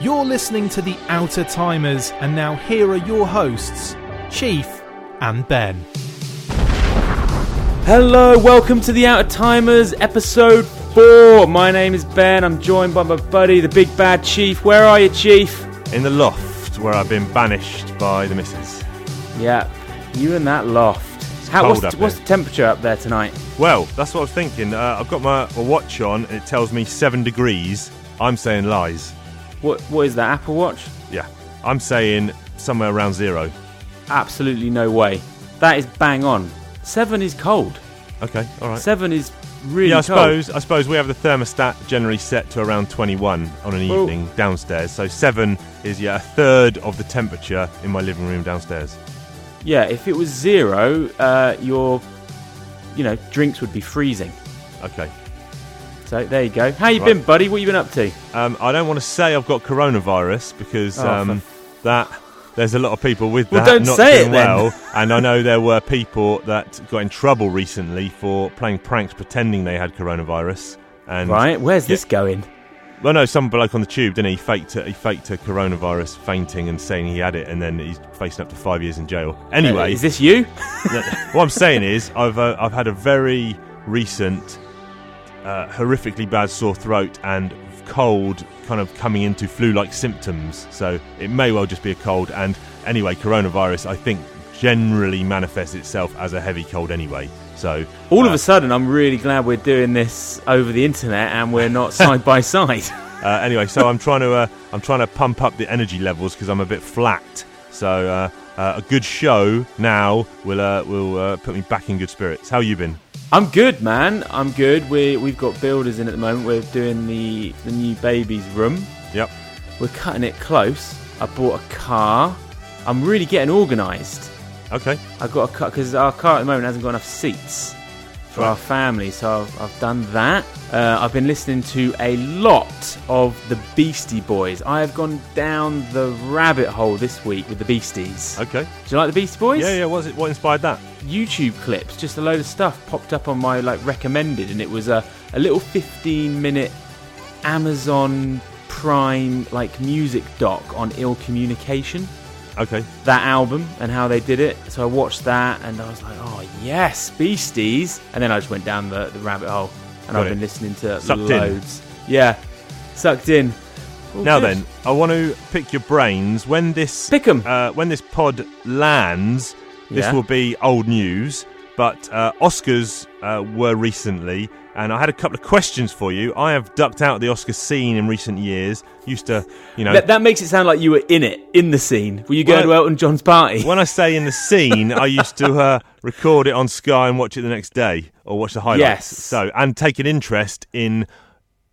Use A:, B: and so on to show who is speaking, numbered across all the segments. A: You're listening to The Outer Timers, and now here are your hosts, Chief and Ben.
B: Hello, welcome to the Outer Timers, episode four. My name is Ben. I'm joined by my buddy, the Big Bad Chief. Where are you, Chief?
C: in the loft where I've been banished by the missus.
B: Yeah, you in that loft. How,
C: cold
B: what's,
C: up
B: what's
C: here.
B: the temperature up there tonight?
C: Well, that's what I was thinking. Uh, I've got my, my watch on and it tells me seven degrees. I'm saying lies.
B: What what is that Apple Watch?
C: Yeah, I'm saying somewhere around zero.
B: Absolutely no way. That is bang on. Seven is cold.
C: Okay, all right.
B: Seven is really
C: yeah, I
B: cold.
C: suppose I suppose we have the thermostat generally set to around 21 on an
B: Well-
C: evening downstairs. So seven is yeah a third of the temperature in my living room downstairs.
B: Yeah, if it was zero, uh, your you know drinks would be freezing.
C: Okay.
B: So there you go. How you
C: Right.
B: been, buddy? What you been up to?
C: Um, I don't want to say I've got coronavirus because
B: Oh,
C: um, that there's a lot of people with
B: Well,
C: that
B: don't
C: not
B: say it
C: doing
B: then.
C: well, and I know there were people that got in trouble recently for playing pranks pretending they had coronavirus. And
B: Right, where's this going?
C: well, no, some bloke on the tube didn't he? he faked a, he faked a coronavirus fainting and saying he had it, and then he's facing up to five years in jail. Anyway,
B: Uh, is this you?
C: what I'm saying is, I've uh, I've had a very recent, uh, horrifically bad sore throat and cold, kind of coming into flu-like symptoms. So it may well just be a cold. And anyway, coronavirus, I think, generally manifests itself as a heavy cold anyway. So
B: All of
C: uh,
B: a sudden, I'm really glad we're doing this over the internet and we're not side by side.
C: Uh, anyway, so I'm trying to uh, I'm trying to pump up the energy levels because I'm a bit flat. So uh, uh, a good show now will uh, will uh, put me back in good spirits. How you been?
B: I'm good, man. I'm good. We we've got builders in at the moment. We're doing the the new baby's room.
C: Yep.
B: We're cutting it close. I bought a car. I'm really getting organised.
C: Okay.
B: I got a car because our car at the moment hasn't got enough seats for our family, so I've, I've done that. Uh, I've been listening to a lot of the Beastie Boys. I have gone down the rabbit hole this week with the Beasties.
C: Okay.
B: Do you like the Beastie Boys?
C: Yeah, yeah. What, what inspired that?
B: YouTube clips, just a load of stuff popped up on my like recommended, and it was a, a little 15 minute Amazon Prime like music doc on ill communication,
C: Okay.
B: that album and how they did it. So I watched that and I was like, oh yes, Beasties, and then I just went down the, the rabbit hole and
C: Got
B: I've
C: it.
B: been listening to
C: Sucked in.
B: loads. Yeah, sucked in. All
C: now
B: good.
C: then, I want to pick your brains. When this
B: Pick 'em.
C: Uh, when this pod lands, this
B: Yeah.
C: will be old news. But uh, Oscars uh, were recently, and I had a couple of questions for you. I have ducked out the Oscar scene in recent years. Used to, you know,
B: That, that makes it sound like you were in it, in the scene. Were you going
C: uh, Well,
B: to Elton John's party?
C: when I say in the scene, I used to uh, record it on Sky and watch it the next day, or watch the highlights.
B: Yes.
C: So, and take an interest in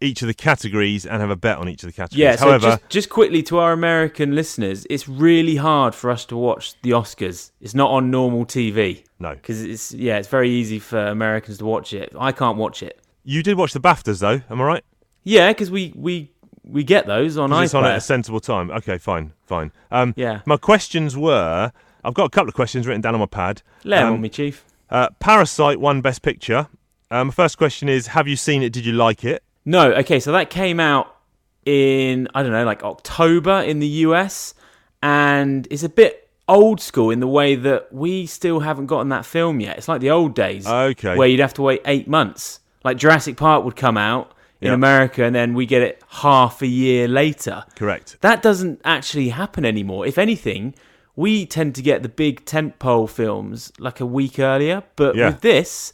C: each of the categories and have a bet on each of the categories.
B: Yeah, so
C: However,
B: just, just quickly to our American listeners, it's really hard for us to watch the Oscars. It's not on normal TV
C: no.
B: because it's yeah, it's very easy for Americans to watch it. I can't watch it.
C: You did watch the BAFTAs though, am I right?
B: Yeah, because we we we get those on
C: Because it's on at a
B: iPlayer.
C: sensible time. Okay, fine, fine. Um,
B: Yeah.
C: My questions were: I've got a couple of questions written down on my pad.
B: Let 'em
C: Um,
B: on me, chief.
C: uh, Parasite won Best Picture. Um, my first question is: Have you seen it? Did you like it?
B: No, okay, so that came out in I don't know, like October in the US, and it's a bit old school in the way that we still haven't gotten that film yet. It's like the old days,
C: Okay.
B: where you'd have to wait eight months. Like Jurassic Park would come out in
C: Yep.
B: America, and then we get it half a year later.
C: Correct.
B: That doesn't actually happen anymore. If anything, we tend to get the big tentpole films like a week earlier, but
C: Yeah.
B: with this,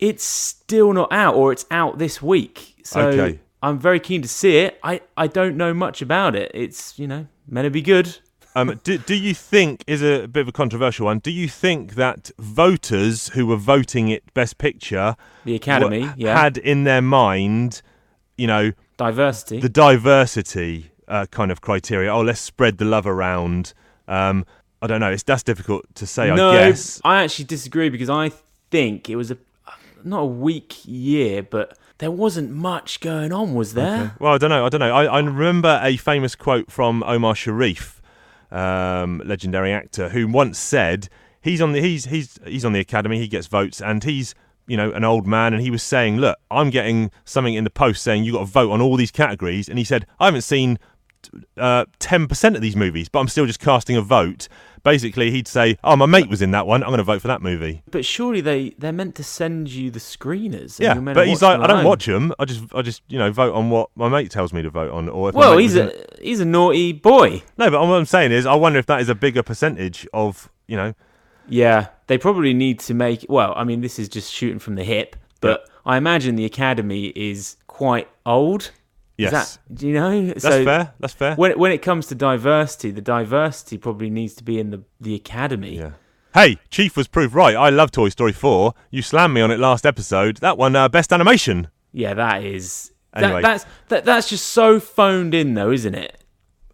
B: it's still not out or it's out this week. So
C: Okay.
B: I'm very keen to see it. I, I don't know much about it. It's, you know, meant to be good.
C: Um, do, do you think is a bit of a controversial one? Do you think that voters who were voting it Best Picture
B: The Academy,
C: were-
B: yeah.
C: had in their mind, you know,
B: Diversity.
C: the diversity uh, kind of criteria. Oh, let's spread the love around. Um, I don't know. It's that's difficult to say.
B: no,
C: I guess.
B: I actually disagree because I think it was a not a weak year, but there wasn't much going on, was there?
C: Well, I don't know. I don't know. I, I remember a famous quote from Omar Sharif, um, legendary actor, who once said he's on the he's he's he's on the Academy. He gets votes, and he's you know an old man, and he was saying, "Look, I'm getting something in the post saying you got to vote on all these categories," and he said, "I haven't seen." watched uh, 10% of these movies, but I'm still just casting a vote. Basically, he'd say, Oh, my mate was in that one. I'm going to vote for that movie.
B: But surely they they're meant to send you the screeners. and
C: Yeah.
B: you're meant
C: But
B: to
C: he's
B: watch
C: like,
B: them
C: I don't
B: alone.
C: watch them. I just, I just, you know, vote on what my mate tells me to vote on. Or if my
B: Well,
C: mate
B: he's
C: was in it-
B: a he's a naughty boy.
C: No, but what I'm saying is, I wonder if that is a bigger percentage of, you know,
B: Yeah, they probably need to make. Well, I mean, this is just shooting from the hip, but I imagine the academy is quite old. Is
C: yes.
B: that, do you know?
C: That's fair. That's fair.
B: When when it comes to diversity, the diversity probably needs to be in the the academy.
C: Yeah. Hey, Chief was proved right. I love Toy Story 4. You slammed me on it last episode. That one, uh, best animation.
B: Yeah, that is. That,
C: Anyway.
B: that's that, that's just so phoned in, though, isn't it?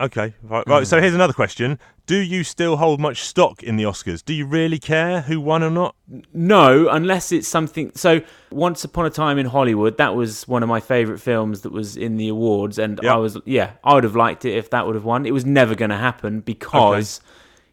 C: Okay, right. right.
B: Hmm.
C: So here's another question: Do you still hold much stock in the Oscars? Do you really care who won or not?
B: No, unless it's something. So, Once Upon a Time in Hollywood, that was one of my favorite films that was in the awards, and
C: Yeah.
B: I was yeah, I would have liked it if that would have won. It was never going to happen because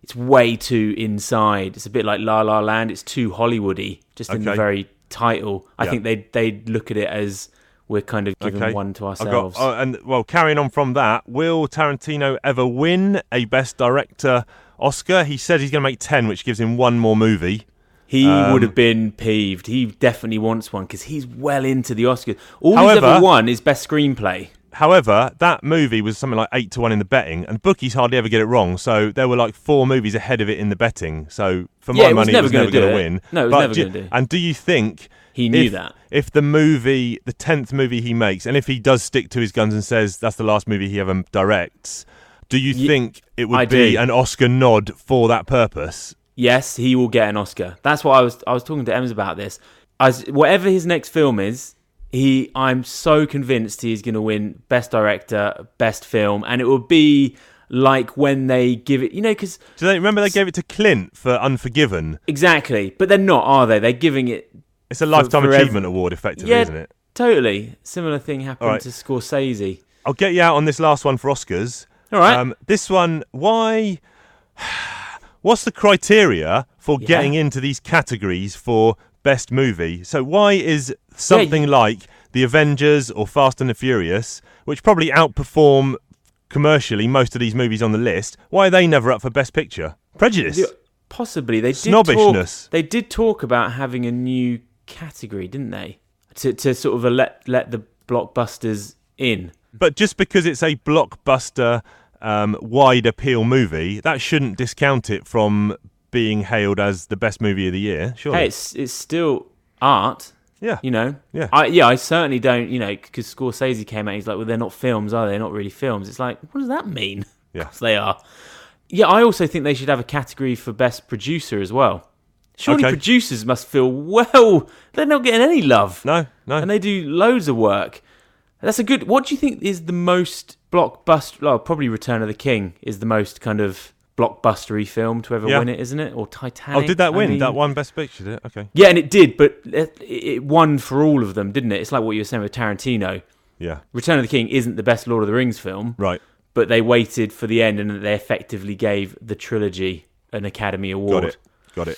B: it's way too inside. It's a bit like La La Land. It's too Hollywoody, just in the
C: Okay.
B: very title. I
C: Yeah.
B: think they they look at it as we're kind of giving
C: Okay,
B: one to
C: I've got-
B: ourselves.
C: oh, and well, carrying on from that, will Tarantino ever win a Best Director Oscar? He said he's going to make ten, which gives him one more movie.
B: He
C: um,
B: would have been peeved. He definitely wants one because he's well into the Oscars. All he's
C: However-
B: ever won is best screenplay.
C: However, that movie was something like eight to one in the betting, and bookies hardly ever get it wrong. So there were like four movies ahead of it in the betting. So for
B: Yeah,
C: my
B: it was
C: money,
B: never
C: it was
B: gonna
C: never going to
B: do it.
C: win.
B: No, it was
C: But
B: never
C: do-
B: gonna do.
C: And do you think
B: He knew
C: if,
B: that.
C: if the movie, the tenth movie he makes, and if he does stick to his guns and says that's the last movie he ever directs, do you think it would
B: I
C: be
B: do.
C: an Oscar nod for that purpose?
B: Yes, he will get an Oscar. That's what I was. I was talking to Ems about this. As whatever his next film is, he. I'm so convinced he's going to win Best Director, Best Film, and it will be like when they give it. You know, because
C: Do they remember they gave it to Clint for Unforgiven?
B: exactly, but they're not, are they? They're giving it.
C: It's a lifetime
B: for ev-
C: achievement award, effectively,
B: Yeah,
C: isn't it?
B: totally. Similar thing happened
C: Alright.
B: to Scorsese.
C: I'll get you out on this last one for Oscars. Um,
B: All right.
C: this one, why? What's the criteria for
B: Yeah.
C: getting into these categories for best movie? So why is something like The Avengers or Fast and the Furious, which probably outperform commercially most of these movies on the list, why are they never up for best picture? Prejudice.
B: Yeah, Possibly they did
C: Snobbishness.
B: Talk, they did talk about having a new category, didn't they? To to sort of uh, let let the blockbusters in.
C: But just because it's a blockbuster, um, wide appeal movie, that shouldn't discount it from being hailed as the best movie of the year. Sure.
B: Hey, it's it's still art,
C: yeah.
B: you know.
C: Yeah.
B: I yeah, I certainly don't, you know, because Scorsese came out. He's like, well, they're not films, are they? They're not really films. It's like, what does that mean?
C: Yeah.
B: Yes, they are. Yeah, I also think they should have a category for best producer as well. Surely
C: Okay.
B: producers must feel well. They're not getting any love.
C: No, no.
B: and they do loads of work. That's a good. What do you think is the most blockbuster? Well, probably Return of the King is the most kind of blockbustery film to ever
C: Yeah.
B: win it, isn't it? Or Titanic?
C: oh, did that
B: I
C: win?
B: mean-
C: that one best picture, did it? Okay.
B: Yeah, and it did, but it, it won for all of them, didn't it? It's like what you were saying with Tarantino.
C: Yeah.
B: Return of the King isn't the best Lord of the Rings film,
C: Right.
B: but they waited for the end and they effectively gave the trilogy an Academy Award.
C: Got it. Got it.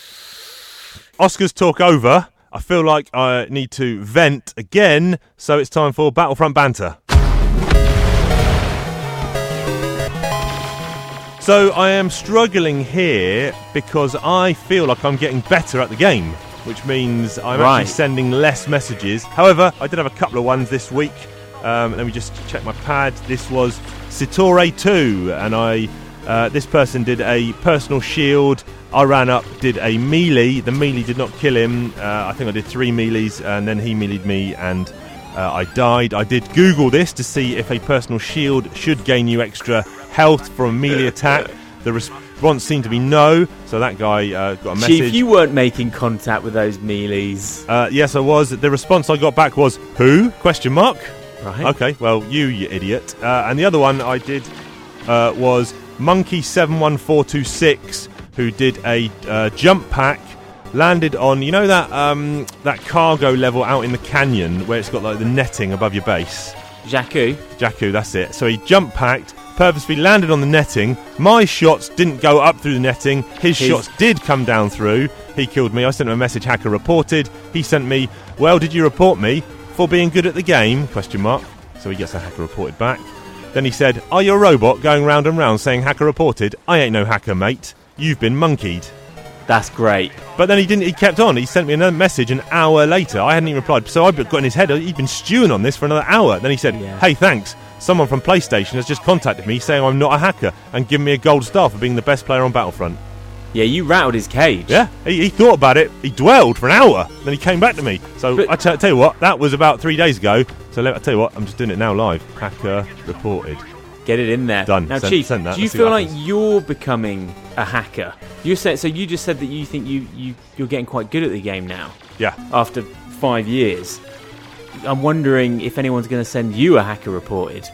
C: Oscars talk over. I feel like I need to vent again, so it's time for Battlefront banter. So I am struggling here because I feel like I'm getting better at the game, which means I'm
B: Right.
C: actually sending less messages. However, I did have a couple of ones this week. Um, let me just check my pad. This was Sitore 2, and I. Uh, this person did a personal shield. I ran up, did a melee. The melee did not kill him. Uh, I think I did three melees, and then he meleeed me, and uh, I died. I did Google this to see if a personal shield should gain you extra health from melee attack. The response seemed to be no, so that guy uh, got a message.
B: Chief, you weren't making contact with those mealies,
C: uh, yes, I was. The response I got back was who? Question mark.
B: right?
C: Okay, well, you, you idiot. Uh, and the other one I did uh, was Monkey71426, who did a uh, jump pack, landed on, you know, that, um, that cargo level out in the canyon where it's got like the netting above your base?
B: Jakku.
C: Jakku, that's it. So he jump packed, purposely landed on the netting. My shots didn't go up through the netting. His,
B: His-
C: shots did come down through. He killed me. I sent him a message. Hacker reported. He sent me, "Well, did you report me for being good at the game?" Question mark. So he gets a hacker reported back. Then he said, Are you a robot going round and round saying hacker reported? I ain't no hacker, mate. You've been monkeyed.
B: That's great.
C: But then he didn't. He kept on. He sent me another message an hour later. I hadn't even replied. So I got in his head. He'd been stewing on this for another hour. Then he said,
B: Yeah.
C: "Hey, thanks. Someone from PlayStation has just contacted me saying I'm not a hacker and given me a gold star for being the best player on Battlefront."
B: Yeah, you rattled his cage.
C: Yeah, he, he thought about it. He dwelled for an hour. Then he came back to me. So
B: But-
C: I t- tell you what, that was about three days ago. So let, I tell you what, I'm just doing it now live. Hacker reported.
B: Get it in there.
C: Done.
B: Now,
C: Send-
B: Chief,
C: send that.
B: do you
C: Let's see
B: feel
C: what
B: like
C: happens.
B: you're becoming a hacker? You said so. You just said that you think you, you you're getting quite good at the game now
C: Yeah.
B: after five years. I'm wondering if anyone's going to send you a hacker reported.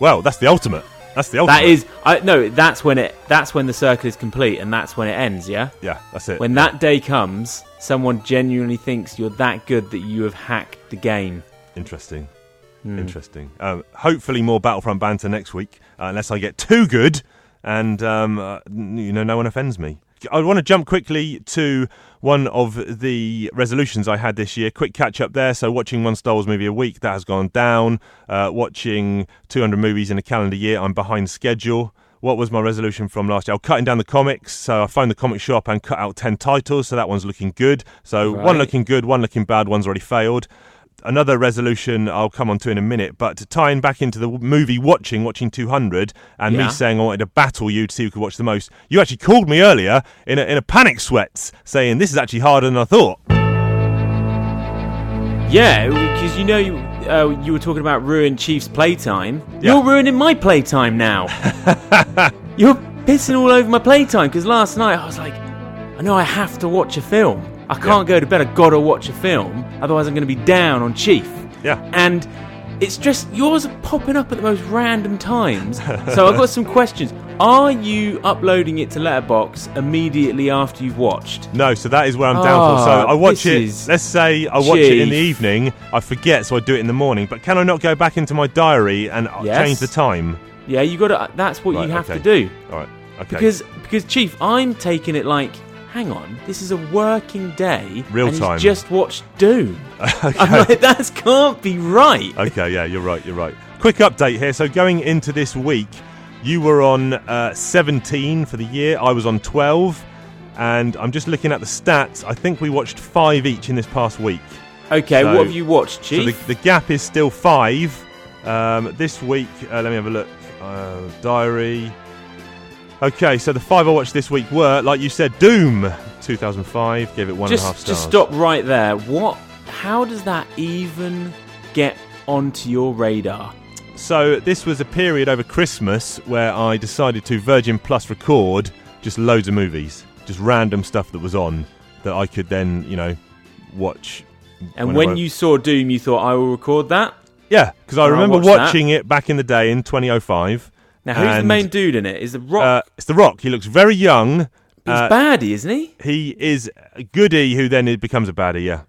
C: Well, that's the ultimate. That's the ultimate.
B: That is, I no. That's when it. That's when the circle is complete, and that's when it ends. Yeah.
C: Yeah, that's it.
B: When that day comes, someone genuinely thinks you're that good that you have hacked the game.
C: Interesting. Interesting. Um, hopefully, more Battlefront banter next week, uh, unless I get too good and um, uh, n- you know no one offends me. I want to jump quickly to one of the resolutions I had this year. Quick catch up there. So, watching one Star Wars movie a week that has gone down. Uh, watching 200 movies in a calendar year. I'm behind schedule. What was my resolution from last year? I'm cutting down the comics. So I phoned the comic shop and cut out 10 titles. So that one's looking good. So
B: Right.
C: one looking good, one looking bad, one's already failed another resolution I'll come on to in a minute, but to tie in back into the w- movie watching, watching 200, and
B: Yeah.
C: me saying I wanted to battle you to see who could watch the most, you actually called me earlier in a, in a panic sweat saying this is actually harder than I thought.
B: Yeah, because you know you uh, you were talking about ruin Chief's playtime.
C: Yeah.
B: You're ruining my playtime now. You're pissing all over my playtime because last night I was like, I know I have to watch a film. I can't go to bed. I gotta watch a film, otherwise I'm gonna be down on Chief.
C: Yeah.
B: And it's just yours are popping up at the most random times. so I've got some questions. Are you uploading it to Letterbox immediately after you've watched?
C: No, so that is where I'm down for. So
B: Ah,
C: I watch
B: this
C: it.
B: is-
C: Let's say I watch it in the
B: Chief.
C: evening. I forget, so I do it in the morning. But can I not go back into my diary and uh,
B: Yes.
C: change the time?
B: Yeah, you gotta. That's what
C: Right,
B: you have
C: okay.
B: to do.
C: All right. Okay.
B: Because because Chief, I'm taking it like, hang on, this is a working day.
C: Real
B: and he's
C: time.
B: just watched Doom. I'm like, that can't be right.
C: okay, yeah, you're right, you're right. Quick update here. So going into this week, you were on uh, 17 for the year. I was on 12, and I'm just looking at the stats. I think we watched five each in this past week.
B: Okay,
C: So-
B: what have you watched,
C: So the,
B: Chief?
C: the gap is still five. Um, this week, uh, let me have a look. Uh, diary. Okay, so the five I watched this week were, like you said, Doom 2005. Gave it one and a half
B: just
C: stars.
B: just stop right there. What? How does that even get onto your radar?
C: So this was a period over Christmas where I decided to Virgin Plus record just loads of movies, just random stuff that was on that I could then, you know, watch.
B: And
C: whenever
B: when
C: I-
B: you saw Doom, you thought I will record that.
C: yeah, because I
B: I'll
C: remember
B: watch that.
C: watching it back in the day in 2005.
B: Now, who's the
C: And,
B: main dude in it? Is the
C: Uh,
B: Rock?
C: it's The Rock. He looks very young.
B: he's
C: uh,
B: baddie, isn't he?
C: He is a goody who then becomes a baddie. Yeah.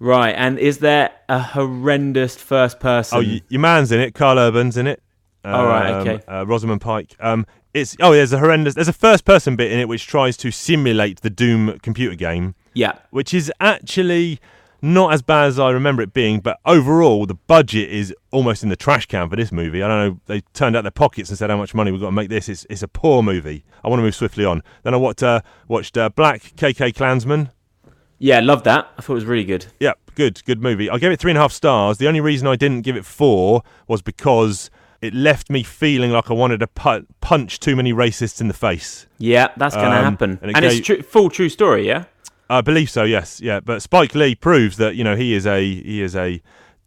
B: Right. And is there a horrendous first person?
C: Oh, y- your man's in it. Carl Urban's in it. Um,
B: All Oh, right, okay.
C: Uh, Rosamund Pike. Um, it's oh, there's a horrendous. There's a first-person bit in it which tries to simulate the Doom computer game,
B: yeah.
C: which is actually not as bad as I remember it being. But overall, the budget is almost in the trash can for this movie. I don't know. They turned out their pockets and said how much money we've got to make this. It's it's a poor movie. I want to move swiftly on. Then I watched uh, watched uh, Black KK Klansman.
B: Yeah, love that. I thought it was really good.
C: Yeah, good, good movie. I gave it three and a half stars. The only reason I didn't give it four was because it left me feeling like I wanted to pu- punch too many racists in the face.
B: Yeah, that's going to
C: Um,
B: happen.
C: and
B: And,
C: it
B: it's
C: gave-
B: true, full true story, yeah?
C: I believe so. Yes, yeah. But Spike Lee proves that you know he is a he is a.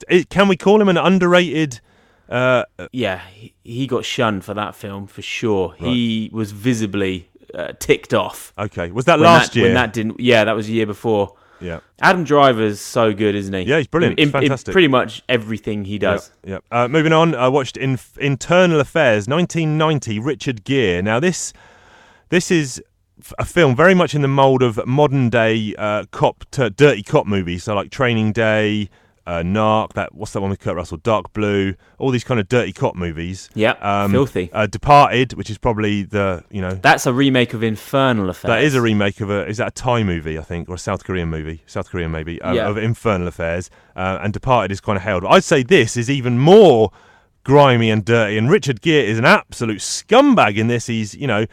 C: it- can we call him an underrated? Uh,
B: Yeah, he, he got shunned for that film for sure. He was visibly uh, ticked off.
C: okay, was that
B: when
C: Uh, last
B: that,
C: year?
B: When that didn't, yeah, that was a year before.
C: yeah.
B: Adam Driver's so good, isn't he?
C: Yeah, he's brilliant.
B: In,
C: He's
B: in- in
C: fantastic.
B: pretty much everything he does.
C: Yeah. yeah. Uh, moving on, I watched in- Internal Affairs, 1990, Richard Gere. Now this this is f- a film very much in the mould of modern day uh, cop t- dirty cop movies, so like Training Day, uh, Narc. That what's that one with Kurt Russell? Dark Blue. All these kind of dirty cop movies.
B: Yeah, filthy.
C: Uh, Departed, which is probably the you know.
B: That's a remake of Infernal Affairs.
C: That is a remake of a is that a Thai movie I think or a South Korean movie South Korean maybe um,
B: Yeah.
C: of Infernal Affairs uh, and Departed is kind of hailed. I'd say this is even more grimy and dirty. And Richard Gere is an absolute scumbag in this. He's, you know,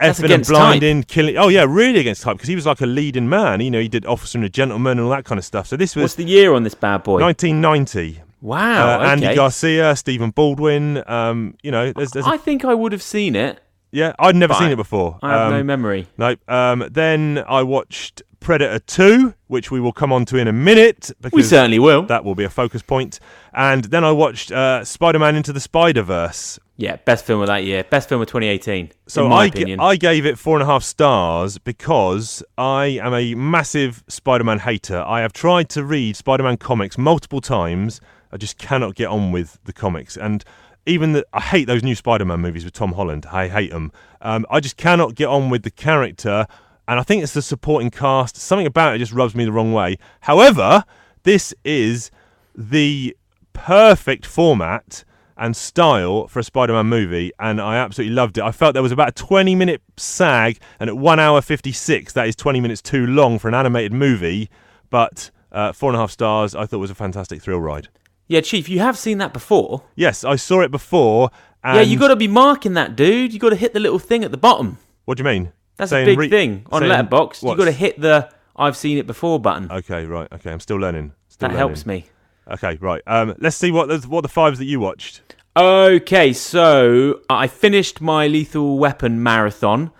B: That's
C: effing and
B: against type.
C: blinding, killing. Oh, yeah, really against type because he was like a leading man. You know, he did Officer and a Gentleman and all that kind of stuff. So this
B: What's the
C: was
B: year on this bad boy?
C: 1990.
B: wow.
C: Uh, Andy
B: Oh, okay.
C: Garcia, Stephen Baldwin. Um, you know, there's, there's a-
B: I think I would have seen it.
C: yeah, I'd never
B: Fine.
C: seen it before.
B: I have
C: Um,
B: no memory.
C: Nope. Um, then I watched Predator 2, which we will come on to in a minute
B: We
C: because
B: certainly will.
C: that will be a focus point. And then I watched uh, Spider Man Into the Spider Verse.
B: yeah, best film of that year. Best film of 2018.
C: So
B: in my
C: I, g-
B: opinion.
C: I gave it four and a half stars because I am a massive Spider Man hater. I have tried to read Spider Man comics multiple times. I just cannot get on with the comics. And even the, I hate those new Spider Man movies with Tom Holland. I hate them. Um, I just cannot get on with the character. And I think it's the supporting cast. Something about it just rubs me the wrong way. However, this is the perfect format and style for a Spider-Man movie, and I absolutely loved it. I felt there was about a 20-minute sag, and at one hour 56, that is 20 minutes too long for an animated movie. But uh, four and a half stars, I thought was a fantastic thrill ride.
B: yeah, Chief, you have seen that before.
C: Yes, I saw it before. And
B: yeah, you got to be marking that, dude. You got to hit the little thing at the bottom.
C: What do you mean?
B: That's
C: Saying
B: a big
C: re-
B: thing on
C: saying
B: Letterbox. You
C: what's-
B: got to hit the "I've seen it before" button.
C: Okay, right. Okay, I'm still learning. Still
B: that helps me.
C: learning. Okay, right. Um, let's see what the, what the fives that you watched.
B: Okay, so I finished my Lethal Weapon marathon.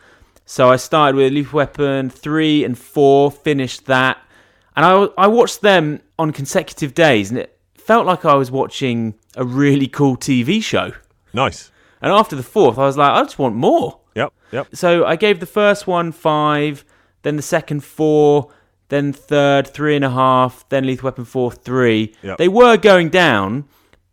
B: So I started with Lethal Weapon 3 and 4, finished that. And I, I watched them on consecutive days, and it felt like I was watching a really cool TV show.
C: Nice.
B: And after the fourth, I was like, I just want more.
C: Yep. Yep.
B: So I gave the first one five, then the second four, then third three and a half, then Lethal Weapon four three.
C: Yep.
B: They were going down,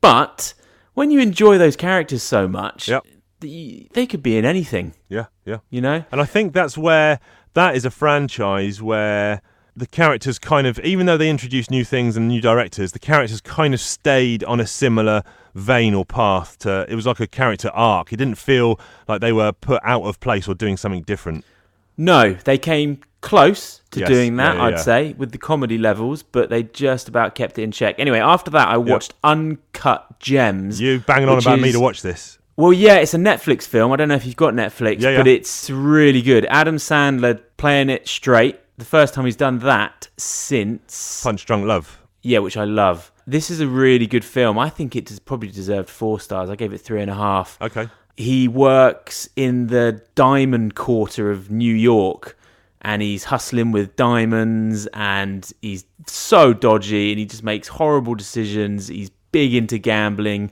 B: but when you enjoy those characters so much,
C: Yep.
B: the- they could be in anything.
C: Yeah. Yeah.
B: You know,
C: And I think that's where that is a franchise where the characters kind of, even though they introduce new things and new directors, the characters kind of stayed on a similar vein or path to it was like a character arc. It didn't feel like they were put out of place or doing something different.
B: no, they came close to
C: Yes.
B: doing that.
C: Yeah, yeah,
B: I'd
C: yeah.
B: say with the comedy levels, but they just about kept it in check. Anyway, after that, I watched Uncut Gems.
C: You banging on
B: which
C: about me
B: is-
C: to watch this.
B: Well, yeah, it's a Netflix film. I don't know if you've got Netflix,
C: Yeah, yeah.
B: but it's really good. Adam Sandler playing it straight. The first time he's done that since.
C: Punch Drunk Love.
B: Yeah, which I love. This is a really good film. I think it des- probably deserved four stars. I gave it three and a half.
C: Okay.
B: He works in the diamond quarter of New York and he's hustling with diamonds and he's so dodgy and he just makes horrible decisions. He's big into gambling.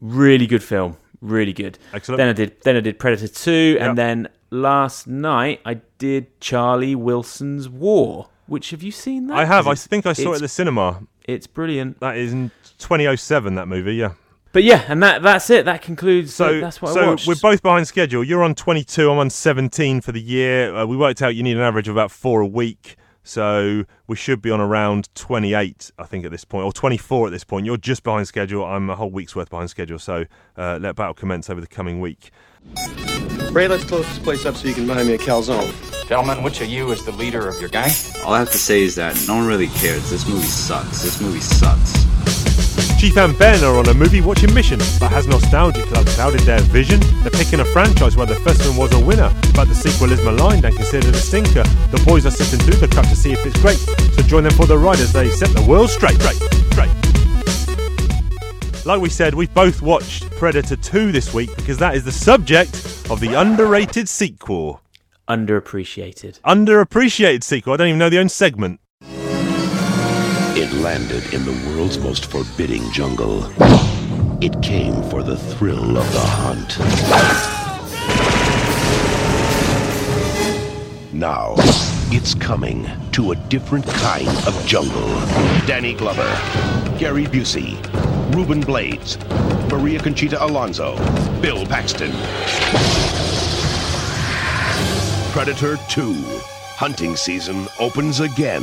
B: Really good film. Really good.
C: Excellent.
B: Then I did then I did Predator 2
C: Yep.
B: and then last night I did Charlie Wilson's War, which have you seen that?
C: I have. I
B: 'Cause
C: think I saw it
B: it's-
C: at the cinema.
B: It's brilliant.
C: That is in 2007, that movie, yeah.
B: But yeah, and that that's it. That concludes.
C: So,
B: that's what I
C: so
B: watched.
C: we're both behind schedule. You're on 22. I'm on 17 for the year. Uh, we worked out you need an average of about four a week. So we should be on around 28, I think, at this point, or 24 at this point. You're just behind schedule. I'm a whole week's worth behind schedule. So uh, let battle commence over the coming week.
D: Ray, let's close this place up so you can buy me a calzone.
E: Gentlemen, which of you is the leader of your gang?
F: All I have to say is that no one really cares. This movie sucks. This movie sucks.
C: Chief and Ben are on a movie watching mission that has Nostalgia Club clouded their vision. They're picking a franchise where the first one was a winner, but the sequel is maligned and considered a stinker. The boys are sifting through the cup to see if it's great, so join them for the ride as they set the world straight, straight, straight. Like we said, we've both watched Predator 2 this week because that is the subject of the underrated sequel.
B: underappreciated.
C: Underappreciated sequel, I don't even know the own segment.
G: It landed in the world's most forbidding jungle. It came for the thrill of the hunt. Now, it's coming to a different kind of jungle. Danny Glover, Gary Busey, Reuben Blades, Maria Conchita Alonso, Bill Paxton. Predator 2. Hunting season opens again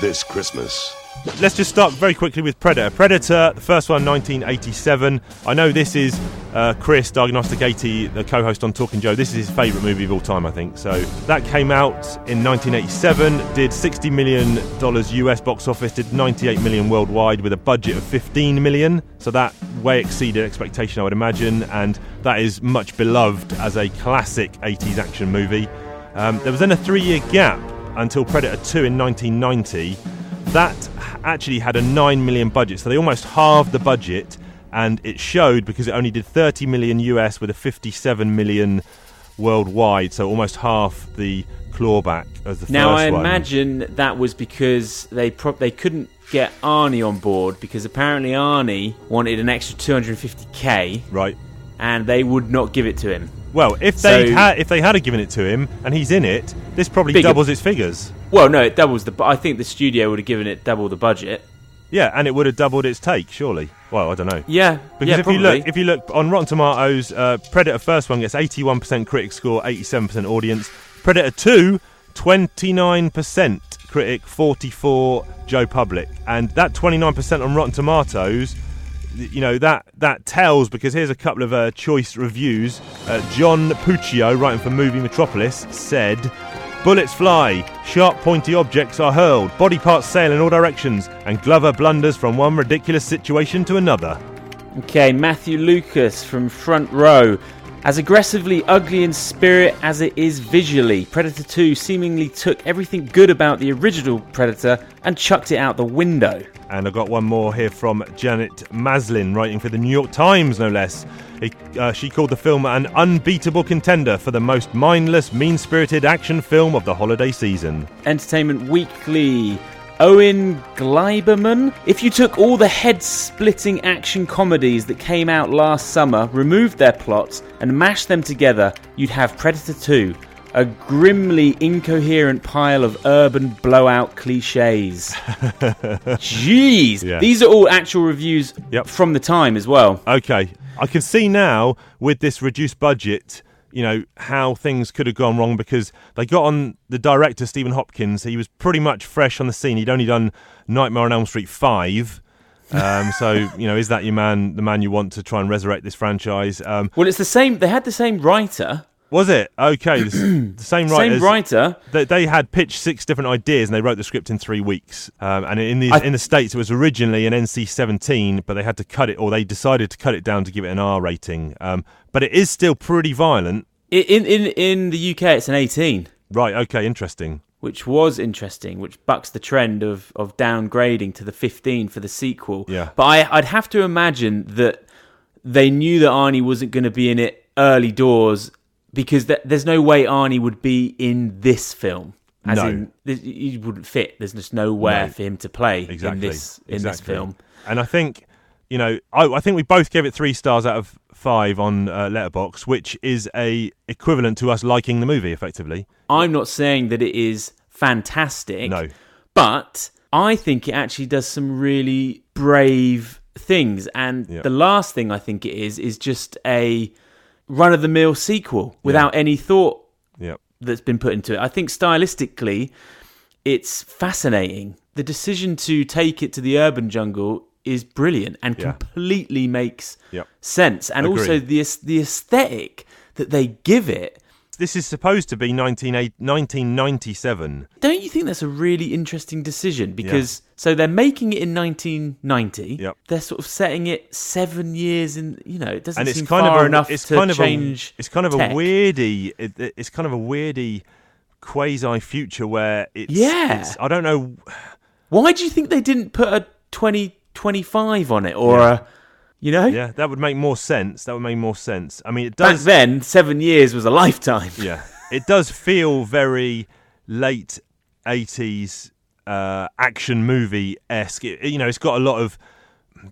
G: this Christmas.
C: Let's just start very quickly with Predator. Predator, the first one, 1987. I know this is uh, Chris, Diagnostic 80, the co host on Talking Joe. This is his favourite movie of all time, I think. So that came out in 1987, did $60 million US box office, did $98 million worldwide with a budget of $15 million. So that way exceeded expectation, I would imagine, and that is much beloved as a classic 80s action movie. Um, there was then a three year gap until Predator 2 in 1990. That h- actually had a 9 million budget, so they almost halved the budget, and it showed because it only did 30 million US with a 57 million worldwide, so almost half the clawback as the
B: Now
C: first
B: I
C: one.
B: imagine that was because they pro- they couldn't get Arnie on board because apparently Arnie wanted an extra 250k
C: Right.
B: and they would not give it to him.
C: Well, if they
B: So-
C: had if they had given it to him and he's in it, this probably
B: Bigger-
C: doubles its figures.
B: Well, no, it doubles the. bu- I think the studio would have given it double the budget.
C: Yeah, and it would have doubled its take, surely. Well, I don't know.
B: Yeah,
C: Because
B: yeah,
C: if
B: probably.
C: you look, if you look on Rotten Tomatoes, uh, Predator first one gets eighty-one percent critic score, eighty-seven percent audience. Predator 2, 29 percent critic, forty-four Joe Public, and that twenty-nine percent on Rotten Tomatoes, th- you know that that tells because here's a couple of uh, choice reviews. Uh, John Puccio, writing for Movie Metropolis, said. Bullets fly, sharp pointy objects are hurled, body parts sail in all directions, and Glover blunders from one ridiculous situation to another.
B: Okay, Matthew Lucas from Front Row. As aggressively ugly in spirit as it is visually, Predator 2 seemingly took everything good about the original Predator and chucked it out the window.
C: And I got one more here from Janet Maslin, writing for the New York Times, no less. It- uh, she called the film an unbeatable contender for the most mindless, mean spirited action film of the holiday season.
B: Entertainment Weekly. Owen Gleiberman. If you took all the head splitting action comedies that came out last summer, removed their plots, and mashed them together, you'd have Predator 2, a grimly incoherent pile of urban blowout cliches. Jeez!
C: Yeah.
B: These are all actual reviews
C: Yep.
B: from the time as well.
C: Okay, I can see now with this reduced budget, you know, how things could have gone wrong because they got on the director, Stephen Hopkins. He was pretty much fresh on the scene. He'd only done Nightmare on Elm Street 5. um, so you know, is that your man, the man you want to try and resurrect this franchise? Um,
B: Well, it's the same, they had the same writer.
C: Was it okay? The, s- the same writers.
B: Same writer.
C: They, they had pitched six different ideas and they wrote the script in three weeks. Um, and in the
B: I-
C: in the states, it was originally an NC-17, but they had to cut it, or they decided to cut it down to give it an R rating. Um, but it is still pretty violent.
B: I- In, in, in the UK, it's an 18.
C: Right? Okay, interesting.
B: which was interesting, which bucks the trend of, of downgrading to the 15 for the sequel.
C: Yeah.
B: But I, I'd have to imagine that they knew that Arnie wasn't going to be in it early doors because th- there's no way Arnie would be in this film. As
C: No.
B: in, th- he wouldn't fit. There's just nowhere for him to play in
C: Exactly.
B: this in this
C: exactly.
B: film.
C: And I think, you know, I, I think we both gave it three stars out of five on uh, Letterbox, which is a equivalent to us liking the movie, effectively.
B: I'm not saying that it is fantastic.
C: No.
B: But I think it actually does some really brave things. And
C: Yeah.
B: the last thing I think it is is just a run of the mill sequel without any thought
C: Yep.
B: that's been put into it. I think stylistically, it's fascinating. The decision to take it to the urban jungle is brilliant and
C: Yeah.
B: completely makes
C: Yep.
B: sense. And
C: Agree.
B: also the aes- the aesthetic that they give it
C: This is supposed to be 1980 1997.
B: Don't you think that's a really interesting decision? Because so they're making it in 1990.
C: Yep.
B: They're sort of setting it seven years in. You know, it doesn't
C: and
B: seem
C: it's kind
B: far
C: of a,
B: enough
C: it's
B: to
C: kind of
B: change.
C: a, it's kind of
B: tech.
C: a weirdy it, it- it's kind of a weirdy quasi future where it's
B: Yeah.
C: it's- I don't know
B: Why do you think they didn't put a 2025 on it or a, you know,
C: yeah that would make more sense that would make more sense I mean it
B: back
C: does
B: then seven years was a lifetime.
C: yeah it does feel very late 80s uh, action movie esque you know it's got a lot of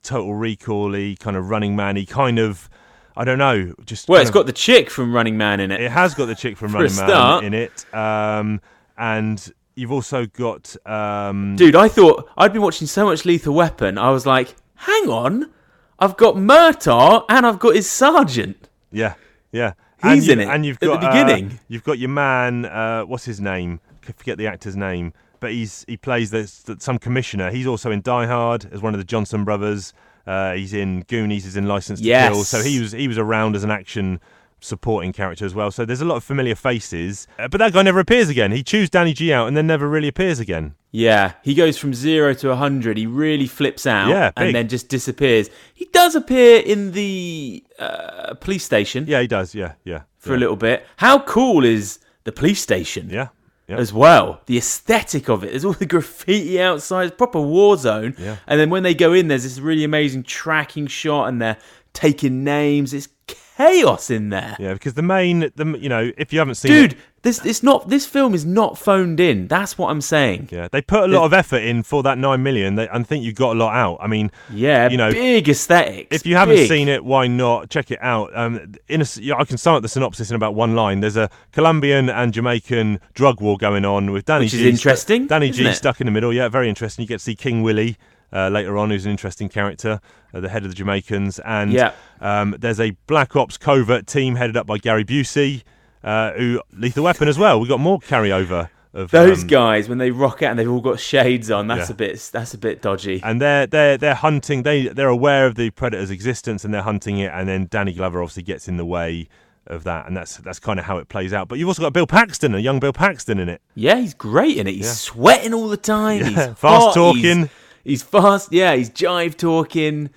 C: total recall y kind of running man y kind of I don't know just
B: Well,
C: kind
B: it's
C: of-
B: got the chick from Running Man in it.
C: It has got the chick from
B: For a
C: Running Man
B: start.
C: in it, um, and you've also got um,
B: Dude, I thought I'd been watching so much Lethal Weapon. I was like, hang on, I've got Murtaugh and I've got his sergeant.
C: yeah, yeah.
B: He's
C: and
B: in it
C: and you've
B: at the
C: got uh,
B: beginning.
C: you've got your man. Uh, what's his name? I forget the actor's name, but he's he plays this, some commissioner. He's also in Die Hard as one of the Johnson brothers. Uh, he's in Goonies. He's in License to
B: Yes.
C: Kill. So he was he was around as an action supporting character as well. So there's a lot of familiar faces, uh, but that guy never appears again. He chews Danny G out and then never really appears again.
B: Yeah, he goes from zero to 100. He really flips out
C: Yeah, big.
B: and then just disappears. He does appear in the uh, police station
C: Yeah, he does. Yeah, yeah.
B: for a little bit. How cool is the police station?
C: Yeah. yeah.
B: as well. The aesthetic of it. There's all the graffiti outside, it's proper war zone.
C: Yeah.
B: And then when they go in, there's this really amazing tracking shot, and they're taking names. It's chaos in there,
C: yeah, because the main, the you know, if you haven't seen it-
B: dude. This it's not. This film is not phoned in. That's what I'm saying.
C: Yeah, they put a lot of effort in for that nine million. They, I think you got a lot out. I mean,
B: Yeah,
C: you know,
B: big aesthetics.
C: if you haven't
B: big.
C: seen it, why not check it out? Um, in a s yeah, I can sum up the synopsis in about one line. There's a Colombian and Jamaican drug war going on with Danny
B: Which
C: G.
B: is interesting,
C: Danny
B: isn't
C: G.
B: it?
C: stuck in the middle. Yeah, very interesting. You get to see King Willie. Uh, later on, who's an interesting character, uh, the head of the Jamaicans, and
B: Yeah.
C: um, there's a Black Ops covert team headed up by Gary Busey, uh, who Lethal Weapon as well. We got more carryover of
B: those
C: um,
B: guys when they rock out and they've all got shades on. That's
C: Yeah.
B: a bit. That's a bit dodgy.
C: and they're they're they're hunting. They they're aware of the predator's existence and they're hunting it. And then Danny Glover obviously gets in the way of that, and that's that's kind of how it plays out. But you've also got Bill Paxton, a young Bill Paxton in it.
B: Yeah, he's great in it. He's
C: Yeah.
B: sweating all the time. He's
C: Yeah, fast
B: hot,
C: talking.
B: He's, he's fast. Yeah, he's jive talking.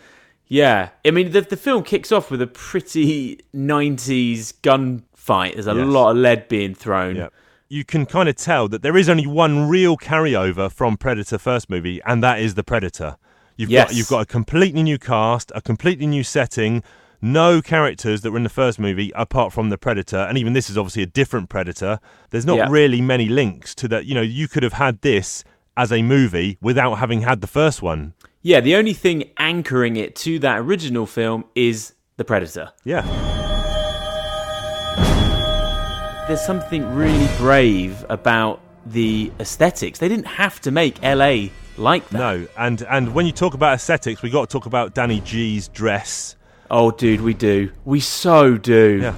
B: Yeah, I mean the the film kicks off with a pretty '90s gunfight. There's a
C: Yes.
B: lot of lead being thrown.
C: You can kind of tell that there is only one real carryover from Predator first movie, and that is the Predator. You've got
B: Yes.
C: you've got a completely new cast, a completely new setting, no characters that were in the first movie apart from the Predator, and even this is obviously a different Predator. There's not
B: Yeah.
C: really many links to that. You know, you could have had this as a movie without having had the first one.
B: Yeah, the only thing anchoring it to that original film is the Predator.
C: Yeah,
B: There's something really brave about the aesthetics. They didn't have to make LA like that.
C: no, and and when you talk about aesthetics, we got to talk about Danny G's dress.
B: Oh, dude, we do. We so do.
C: Yeah.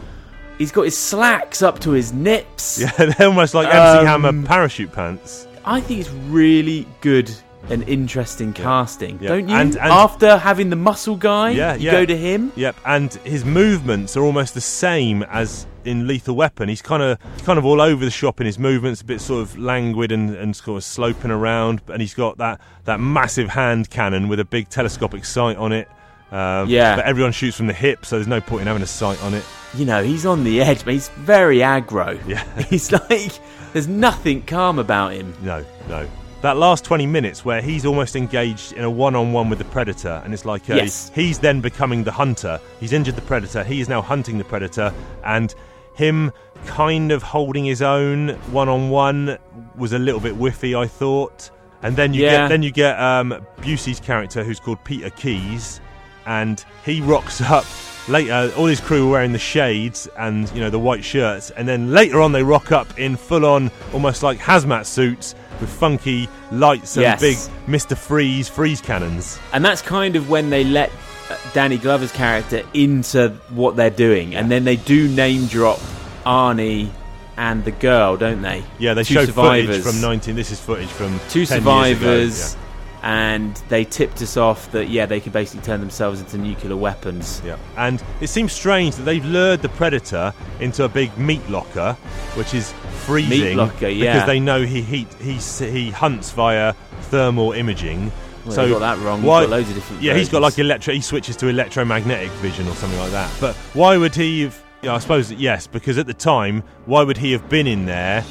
B: He's got his slacks up to his nips.
C: Yeah, they're almost
B: Um,
C: like MC Hammer parachute pants.
B: I think it's really good and interesting casting,
C: yeah.
B: don't you?
C: And- and-
B: After having the muscle guy,
C: Yeah,
B: you
C: yeah.
B: go to him.
C: Yep, and his movements are almost the same as in Lethal Weapon. He's kind of kind of all over the shop in his movements, a bit sort of languid and, and sort of sloping around. And he's got that, that massive hand cannon with a big telescopic sight on it. Um,
B: Yeah.
C: but everyone shoots from the hip, so there's no point in having a sight on it.
B: You know, he's on the edge, but he's very aggro.
C: Yeah.
B: he's like, there's nothing calm about him.
C: No, no. That last 20 minutes where he's almost engaged in a one on one with the predator, and it's like uh,
B: Yes.
C: he's then becoming the hunter. He's injured the predator, he is now hunting the predator, and him kind of holding his own one on one was a little bit whiffy, I thought. And then you
B: Yeah.
C: get then you get um, Busey's character, who's called Peter Keys, and he rocks up later. All his crew are wearing the shades and you know the white shirts, and then later on they rock up in full-on, almost like hazmat suits with funky lights and
B: Yes.
C: big Mister Freeze freeze cannons.
B: And that's kind of when they let uh, Danny Glover's character into what they're doing. And then they do name drop Arnie and the girl, don't they?
C: Yeah, they
B: Two
C: show
B: survivors.
C: footage from 19. This is footage from
B: two
C: 10 years ago,
B: survivors and they tipped us off that yeah they could basically turn themselves into nuclear weapons
C: Yeah. And it seems strange that they've lured the predator into a big meat locker, which is freezing.
B: Meat locker, yeah.
C: Because they know he heat he s- he hunts via thermal imaging.
B: Well,
C: so
B: they got that wrong. We've got loads of different
C: Yeah, he's got like
B: versions.
C: electro. He switches to electromagnetic vision or something like that. But why would he have? Yeah, I suppose that yes, because at the time, why would he have been in there?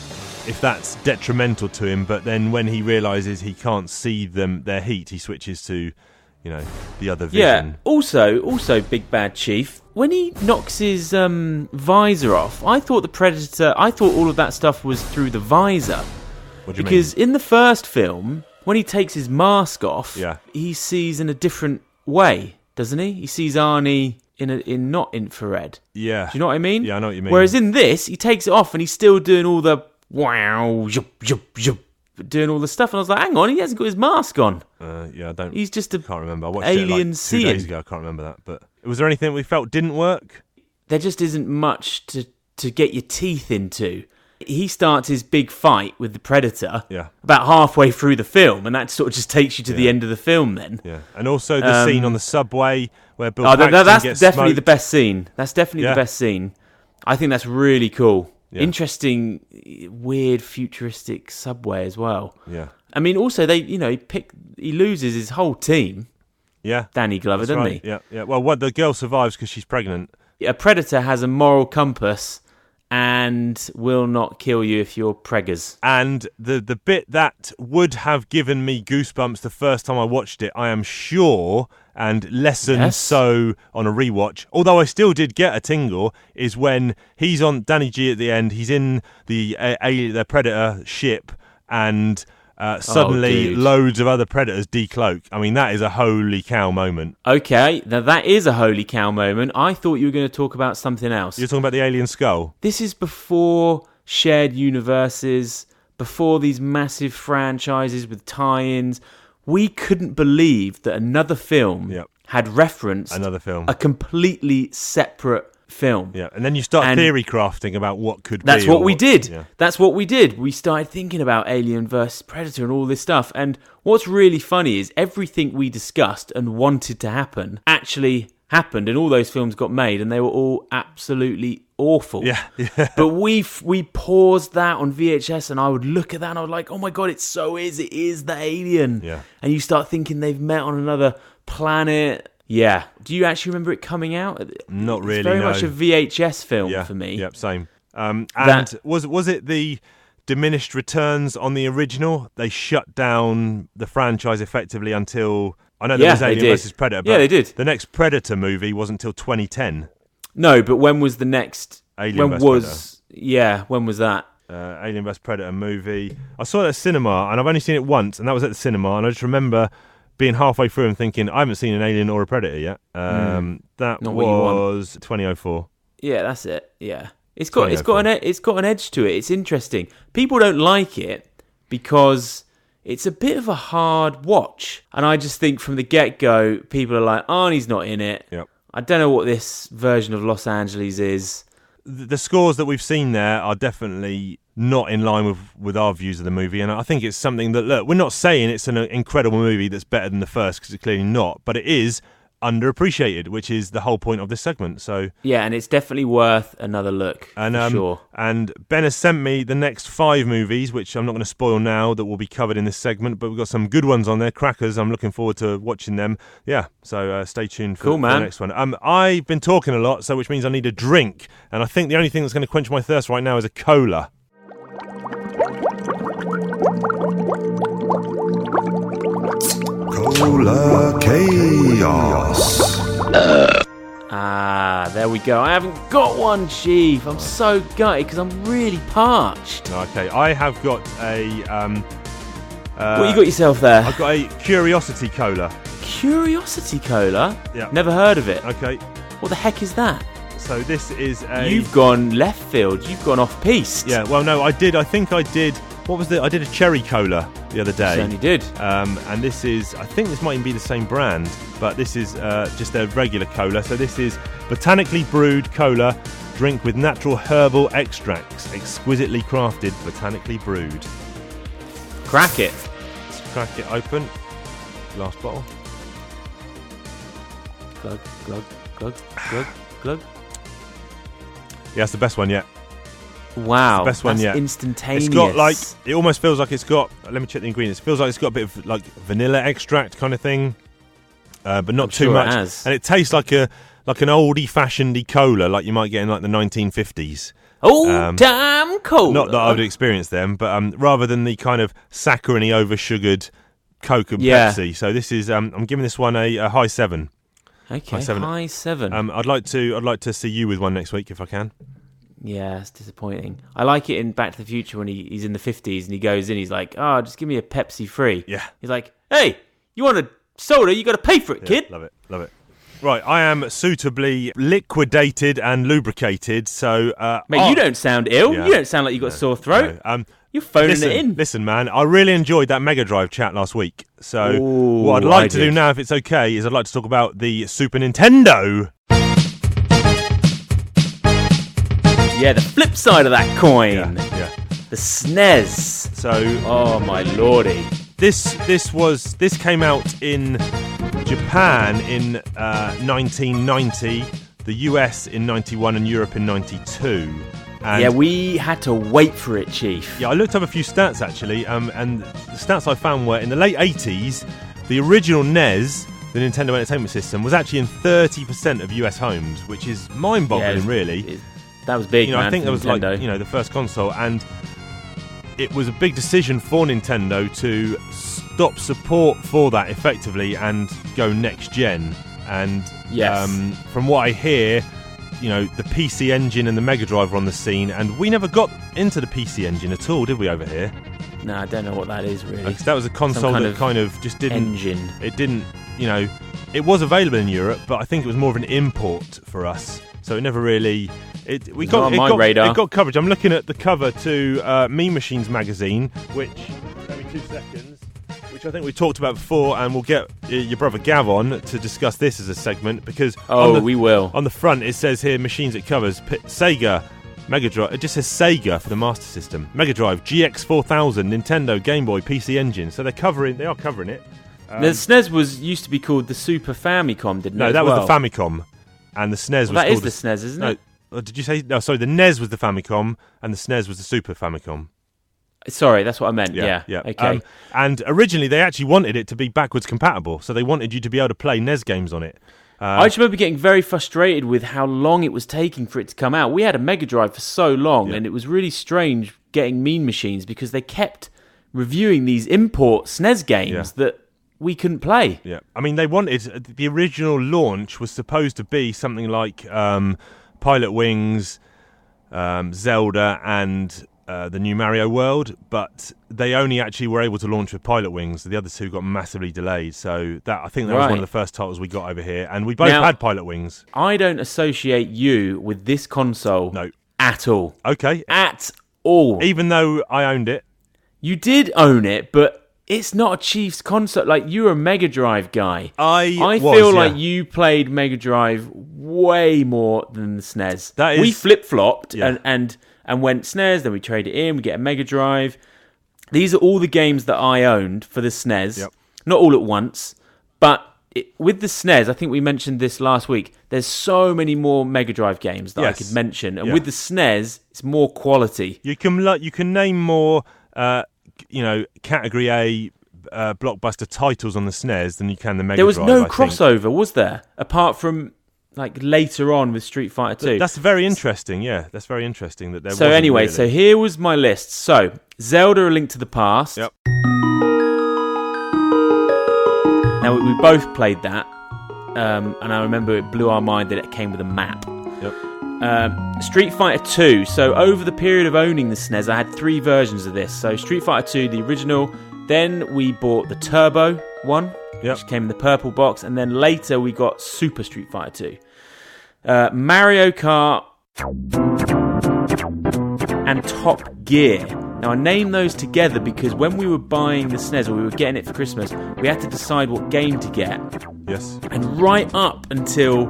C: If that's detrimental to him, but then when he realizes he can't see them their heat, he switches to, you know, the other
B: yeah
C: vision.
B: also also big bad chief when he knocks his um, visor off i thought the predator i thought all of that stuff was through the visor
C: What do you mean?
B: because in the first film when he takes his mask off
C: Yeah.
B: he sees in a different way doesn't he he sees arnie in a, in not infrared
C: Yeah.
B: Do you know what I mean?
C: Yeah, I know what you mean.
B: Whereas in this, he takes it off and he's still doing all the wow, yup, yup, yup, doing all the stuff. And I was like, hang on, he hasn't got his mask on.
C: Uh, yeah, I don't.
B: He's just a
C: can't remember. I watched it like
B: alien
C: two
B: seeing.
C: days ago. I can't remember that. But was there anything we felt didn't work?
B: There just isn't much to to get your teeth into. He starts his big fight with the predator
C: Yeah.
B: about halfway through the film, and that sort of just takes you to the end of the film. Then,
C: Yeah, and also the scene on the subway where Bill
B: Um, oh, th-
C: Paxton
B: th- that's
C: gets
B: definitely the
C: smoked.
B: best scene. That's definitely
C: Yeah.
B: the best scene. I think that's really cool.
C: Yeah.
B: Interesting, weird, futuristic subway as well.
C: Yeah.
B: I mean, also they, you know, he pick he loses his whole team,
C: Yeah.
B: Danny Glover,
C: That's
B: doesn't
C: right.
B: he?
C: Yeah, yeah. Well, what the girl survives because she's pregnant.
B: A predator has a moral compass and will not kill you if you're preggers.
C: And the the bit that would have given me goosebumps the first time I watched it, I am sure, and lessened
B: Yes.
C: so on a rewatch. Although I still did get a tingle, is when he's on Danny G at the end. He's in the uh, a, the predator ship, and uh, suddenly
B: Oh, dude.
C: loads of other predators decloak. I mean, that is a holy cow moment.
B: Okay, now that is a holy cow moment. I thought you were going to talk about something else.
C: You're talking about the alien skull.
B: this is before shared universes, before these massive franchises with tie-ins. We couldn't believe that another film
C: Yep.
B: had referenced
C: Another film.
B: a completely separate film.
C: Yeah, and then you start
B: And-
C: theory crafting about what could be.
B: That's what
C: or
B: we did.
C: Yeah.
B: That's what we did. We started thinking about Alien versus Predator and all this stuff. And what's really funny is everything we discussed and wanted to happen actually happened, and all those films got made, and they were all absolutely awful.
C: Yeah, yeah.
B: but we f- we paused that on VHS, and I would look at that, and I was like, "Oh my god, it so is! It is the Alien."
C: Yeah.
B: And you start thinking they've met on another planet. Yeah. Do you actually remember it coming out?
C: Not really,
B: It's very
C: no.
B: much a VHS film
C: yeah,
B: for me.
C: Yep, same. Um, and
B: That-
C: was was it the diminished returns on the original? They shut down the franchise effectively until I know there
B: Yeah,
C: was
B: they
C: Alien
B: did.
C: versus Predator. But
B: Yeah, they did.
C: The next Predator movie wasn't until 2010.
B: No, but when was the next?
C: Alien
B: when
C: vs.
B: was yeah? When was that?
C: uh, Alien vs Predator movie. I saw it at cinema, and I've only seen it once, and that was at the cinema. And I just remember being halfway through and thinking, I haven't seen an Alien or a Predator yet. Um, That
B: Hmm. Not what you want.
C: was 2004.
B: Yeah, that's it. Yeah, it's got it's got an e- it's got an edge to it. It's interesting. People don't like it because it's a bit of a hard watch, and I just think from the get go, people are like, Arnie's not in it.
C: Yep.
B: I don't know what this version of Los Angeles is.
C: Th- The scores that we've seen there are definitely not in line with, with our views of the movie, and I think it's something that look, we're not saying it's an uh, incredible movie that's better than the first because it's clearly not, but it is underappreciated, which is the whole point of this segment. So
B: Yeah, and it's definitely worth another look
C: And
B: for
C: um,
B: sure.
C: and Ben has sent me the next five movies, which I'm not going to spoil now, that will be covered in this segment. But we've got some good ones on there, crackers. I'm looking forward to watching them. Yeah, so uh, stay tuned for,
B: Cool,
C: for the
B: man.
C: next one. Um, I've been talking a lot, so which means I need a drink, and I think the only thing that's going to quench my thirst right now is a cola.
H: Cola chaos.
B: Ah, there we go. I haven't got one, Chief. I'm so gutted because I'm really parched.
C: Okay, I have got a. Um, uh,
B: what you got yourself there?
C: I've got a curiosity cola.
B: Curiosity Cola?
C: Yeah.
B: Never heard of it.
C: Okay,
B: What the heck is that?
C: so this is a.
B: You've gone left field. You've gone off piste.
C: yeah, well, no, I did. I think I did. What was the? I did a cherry cola the other day.
B: Certainly did.
C: Um, and this is, I think this might even be the same brand, but this is uh, just their regular cola. So this is botanically brewed cola, drink with natural herbal extracts, exquisitely crafted, botanically brewed.
B: Crack it.
C: Let's crack it open. Last bottle.
B: Glug, glug, glug, glug, glug.
C: Yeah, that's the best one yet.
B: Wow.
C: Best one
B: that's
C: yet.
B: instantaneous.
C: It's got like, it almost feels like it's got, let me check the ingredients. It feels like it's got a bit of like vanilla extract kind of thing, uh, but not too
B: sure it
C: much.
B: has.
C: And it tastes like a, like an oldie fashioned cola, like you might get in like the 1950s.
B: Old
C: um,
B: time cola.
C: Not that I would experience them, but um, rather than the kind of saccharine over sugared Coke and
B: Yeah.
C: Pepsi. So this is um, I'm giving this one a, a high seven.
B: Okay.
C: High seven.
B: High seven.
C: Um, I'd like to I'd like to see you with one next week if I can.
B: yeah, it's disappointing. I like it in Back to the Future when he, he's in the 50s and he goes in, he's like, oh, just give me a Pepsi free.
C: Yeah.
B: He's like, hey, you want a soda? You got to pay for it,
C: Yeah,
B: kid.
C: love it, love it. Right, I am suitably liquidated and lubricated. So uh,
B: Mate,
C: I-
B: you don't sound ill.
C: Yeah.
B: You don't sound like you got a sore throat.
C: No, um,
B: You're phoning
C: listen,
B: it in.
C: listen, man. I really enjoyed that Mega Drive chat last week. So
B: Ooh,
C: what I'd like
B: I
C: to do
B: did.
C: now, if it's okay, is I'd like to talk about the Super Nintendo.
B: Yeah, the flip side of that coin.
C: yeah.
B: The SNES.
C: So
B: Oh my lordy.
C: this this was this came out in Japan in uh, 1990. the US in 91 and Europe in 92. And
B: yeah, we had to wait for it, Chief.
C: Yeah, I looked up a few stats actually, um, and the stats I found were in the late 80s, the original NES, the Nintendo Entertainment System, was actually in 30% of US homes, which is mind
B: Yeah, it
C: boggling,
B: was-
C: really.
B: it- that was big.
C: you know,
B: man,
C: I think
B: for
C: that was
B: Nintendo.
C: like you know the first console, and it was a big decision for Nintendo to stop support for that effectively and go next gen. And um,
B: Yes.
C: from what I hear, you know the PC Engine and the Mega Drive were on the scene, and we never got into the PC Engine at all, did we? Over here,
B: No, I don't know what that is really.
C: because that was a console
B: kind
C: that
B: of
C: kind of just didn't.
B: Engine.
C: It didn't, you know, it was available in Europe, but I think it was more of an import for us. So it never really. It, we
B: It's
C: got,
B: not on
C: it
B: my
C: got,
B: radar.
C: It got coverage. I'm looking at the cover to uh, Me Machines magazine, which. Give me two seconds. Which I think we talked about before, and we'll get uh, your brother Gav on to discuss this as a segment because.
B: Oh,
C: on the,
B: we will.
C: On the front, it says here machines it covers P- Sega, Mega Drive. It just says Sega for the Master System, Mega Drive, GX 4000, Nintendo, Game Boy, PC Engine. So they're covering. They are covering it.
B: the SNES was used to be called the Super Famicom, didn't it?
C: um, No,
B: as
C: that
B: well?
C: was the Famicom, and the SNES was
B: that is
C: called
B: the SNES, isn't
C: no,
B: it?
C: oh, did you say no? Sorry, the NES was the Famicom, and the SNES was the Super Famicom.
B: Sorry, that's what I meant. Yeah, Okay.
C: Um, and originally, they actually wanted it to be backwards compatible, so they wanted you to be able to play NES games on it.
B: I just remember getting very frustrated with how long it was taking for it to come out. We had a Mega Drive for so long, and it was really strange getting Mean Machines because they kept reviewing these import SNES games
C: Yeah.
B: that we couldn't play.
C: Yeah, I mean, they wanted uh, the original launch was supposed to be something like um, Pilot Wings, um, Zelda, and uh, the new Mario World, but they only actually were able to launch with Pilot Wings. The other two got massively delayed, so that I think that was one
B: Right.
C: of the first titles we got over here, and we both
B: Now-
C: had Pilot Wings.
B: I don't associate you with this console
C: No.
B: at all.
C: Okay,
B: At all.
C: even though I owned it,
B: You did own it, but it's not a Chiefs console. Like you're a Mega Drive guy.
C: I
B: I
C: was,
B: feel
C: yeah.
B: like you played Mega Drive way more than the SNES.
C: That
B: we
C: is-
B: flip flopped
C: Yeah.
B: and, and and went SNES. Then we trade it in. We get a Mega Drive. These are all the games that I owned for the SNES.
C: Yep.
B: Not all at once, but it, with the SNES, I think we mentioned this last week. There's so many more Mega Drive games that
C: Yes.
B: I could mention, and
C: Yeah.
B: with the SNES, it's more quality.
C: You can like you can name more, uh, c- you know, category A uh, blockbuster titles on the SNES than you can the Mega
B: There was
C: Drive,
B: no
C: I think.
B: crossover, was there? Apart from like later on with Street Fighter Two.
C: That's very interesting. Yeah, that's very interesting that there.
B: so
C: wasn't
B: anyway,
C: really.
B: so here was my list. So Zelda: A Link to the Past.
C: Yep.
B: Now we, we both played that, um, and I remember it blew our mind that it came with a map.
C: Yep.
B: Um, Street Fighter 2. So over the period of owning the SNES, I had three versions of this. So Street Fighter 2, the original. Then we bought the Turbo one,
C: Yep.
B: which came in the purple box, and then later we got Super Street Fighter 2, uh, Mario Kart, and Top Gear. Now I named those together because when we were buying the SNES or we were getting it for Christmas, we had to decide what game to get.
C: yes,
B: And right up until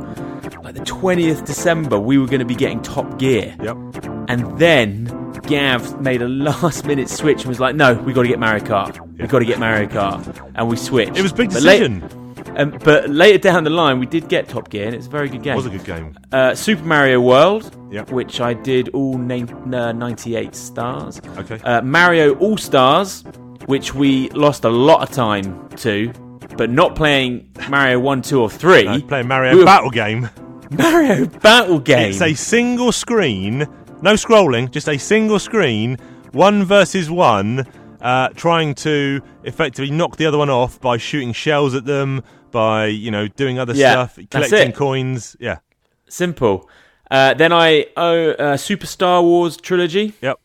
B: like the 20th December, we were going to be getting Top Gear.
C: yep,
B: And then Gav made a last minute switch and was like, no, we got to get Mario Kart. we got to get Mario Kart. And we switched.
C: it was a big
B: But la-
C: decision.
B: um, but later down the line, we did get Top Gear and it's a very good game.
C: It was a good game.
B: Uh, Super Mario World,
C: Yep.
B: which I did all nine- uh, 98 stars.
C: Okay.
B: Uh, Mario All Stars, which we lost a lot of time to, but not playing Mario 1, 2, or 3.
C: No, playing Mario
B: We were-
C: Battle Game.
B: Mario Battle Game.
C: It's a single screen, no scrolling, just a single screen, one versus one, uh, trying to effectively knock the other one off by shooting shells at them, by you know doing other
B: Yeah,
C: stuff,
B: that's
C: collecting
B: it.
C: coins. Yeah,
B: Simple. Uh, then I owe uh, Super Star Wars trilogy,
C: yep.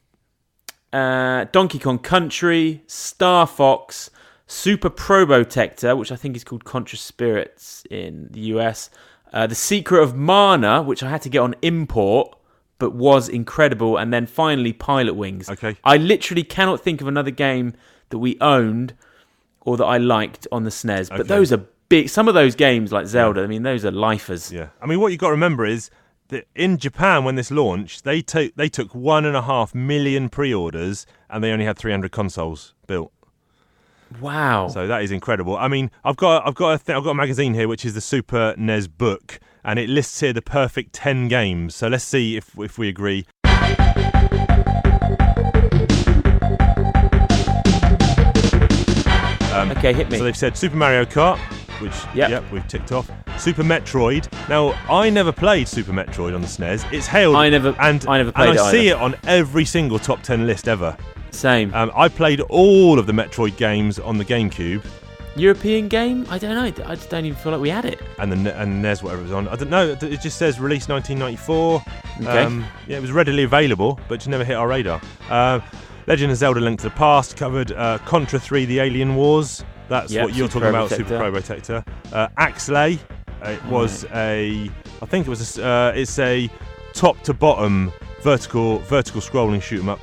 B: uh, Donkey Kong Country, Star Fox, Super Probotector, which I think is called Contra Spirits in the US, uh, The Secret of Mana, which I had to get on import but was incredible, and then finally Pilot Wings.
C: Okay.
B: I literally cannot think of another game that we owned or that I liked on the SNES, but
C: Okay.
B: those are big. Some of those games, like Zelda, I mean, those are lifers.
C: Yeah, I mean, what you got to remember is that in Japan, when this launched, they took they took one and a half million pre-orders, and they only had three hundred consoles built.
B: Wow.
C: So that is incredible. I mean, I've got I've got a th- I've got a magazine here, which is the Super NES E book, and it lists here the perfect 10 games. So let's see if, if we agree.
B: Okay, hit me.
C: um, So they've said Super Mario Kart, which
B: Yep.
C: yep, we've ticked off. Super Metroid. Now I never played Super Metroid on the SNES. It's hailed.
B: I never-
C: and
B: I never
C: and
B: played
C: I
B: it
C: see it on every single top ten list ever.
B: Same.
C: Um, I played all of the Metroid games on the GameCube
B: European game? I don't know. I just don't even feel like we had it.
C: and the N- and NES whatever it was on. I don't know. It just says released 1994.
B: Okay.
C: Um, yeah, it was readily available, but just never hit our radar. Um, Legend of Zelda: Link to the Past covered uh, Contra 3: The Alien Wars. That's
B: Yep,
C: what you're
B: Super
C: talking about,
B: Protector. Mm.
C: Super Pro Protector. Uh, Axley. It was a. I think it was. A, s- uh, it's a top to bottom vertical vertical scrolling shoot 'em up.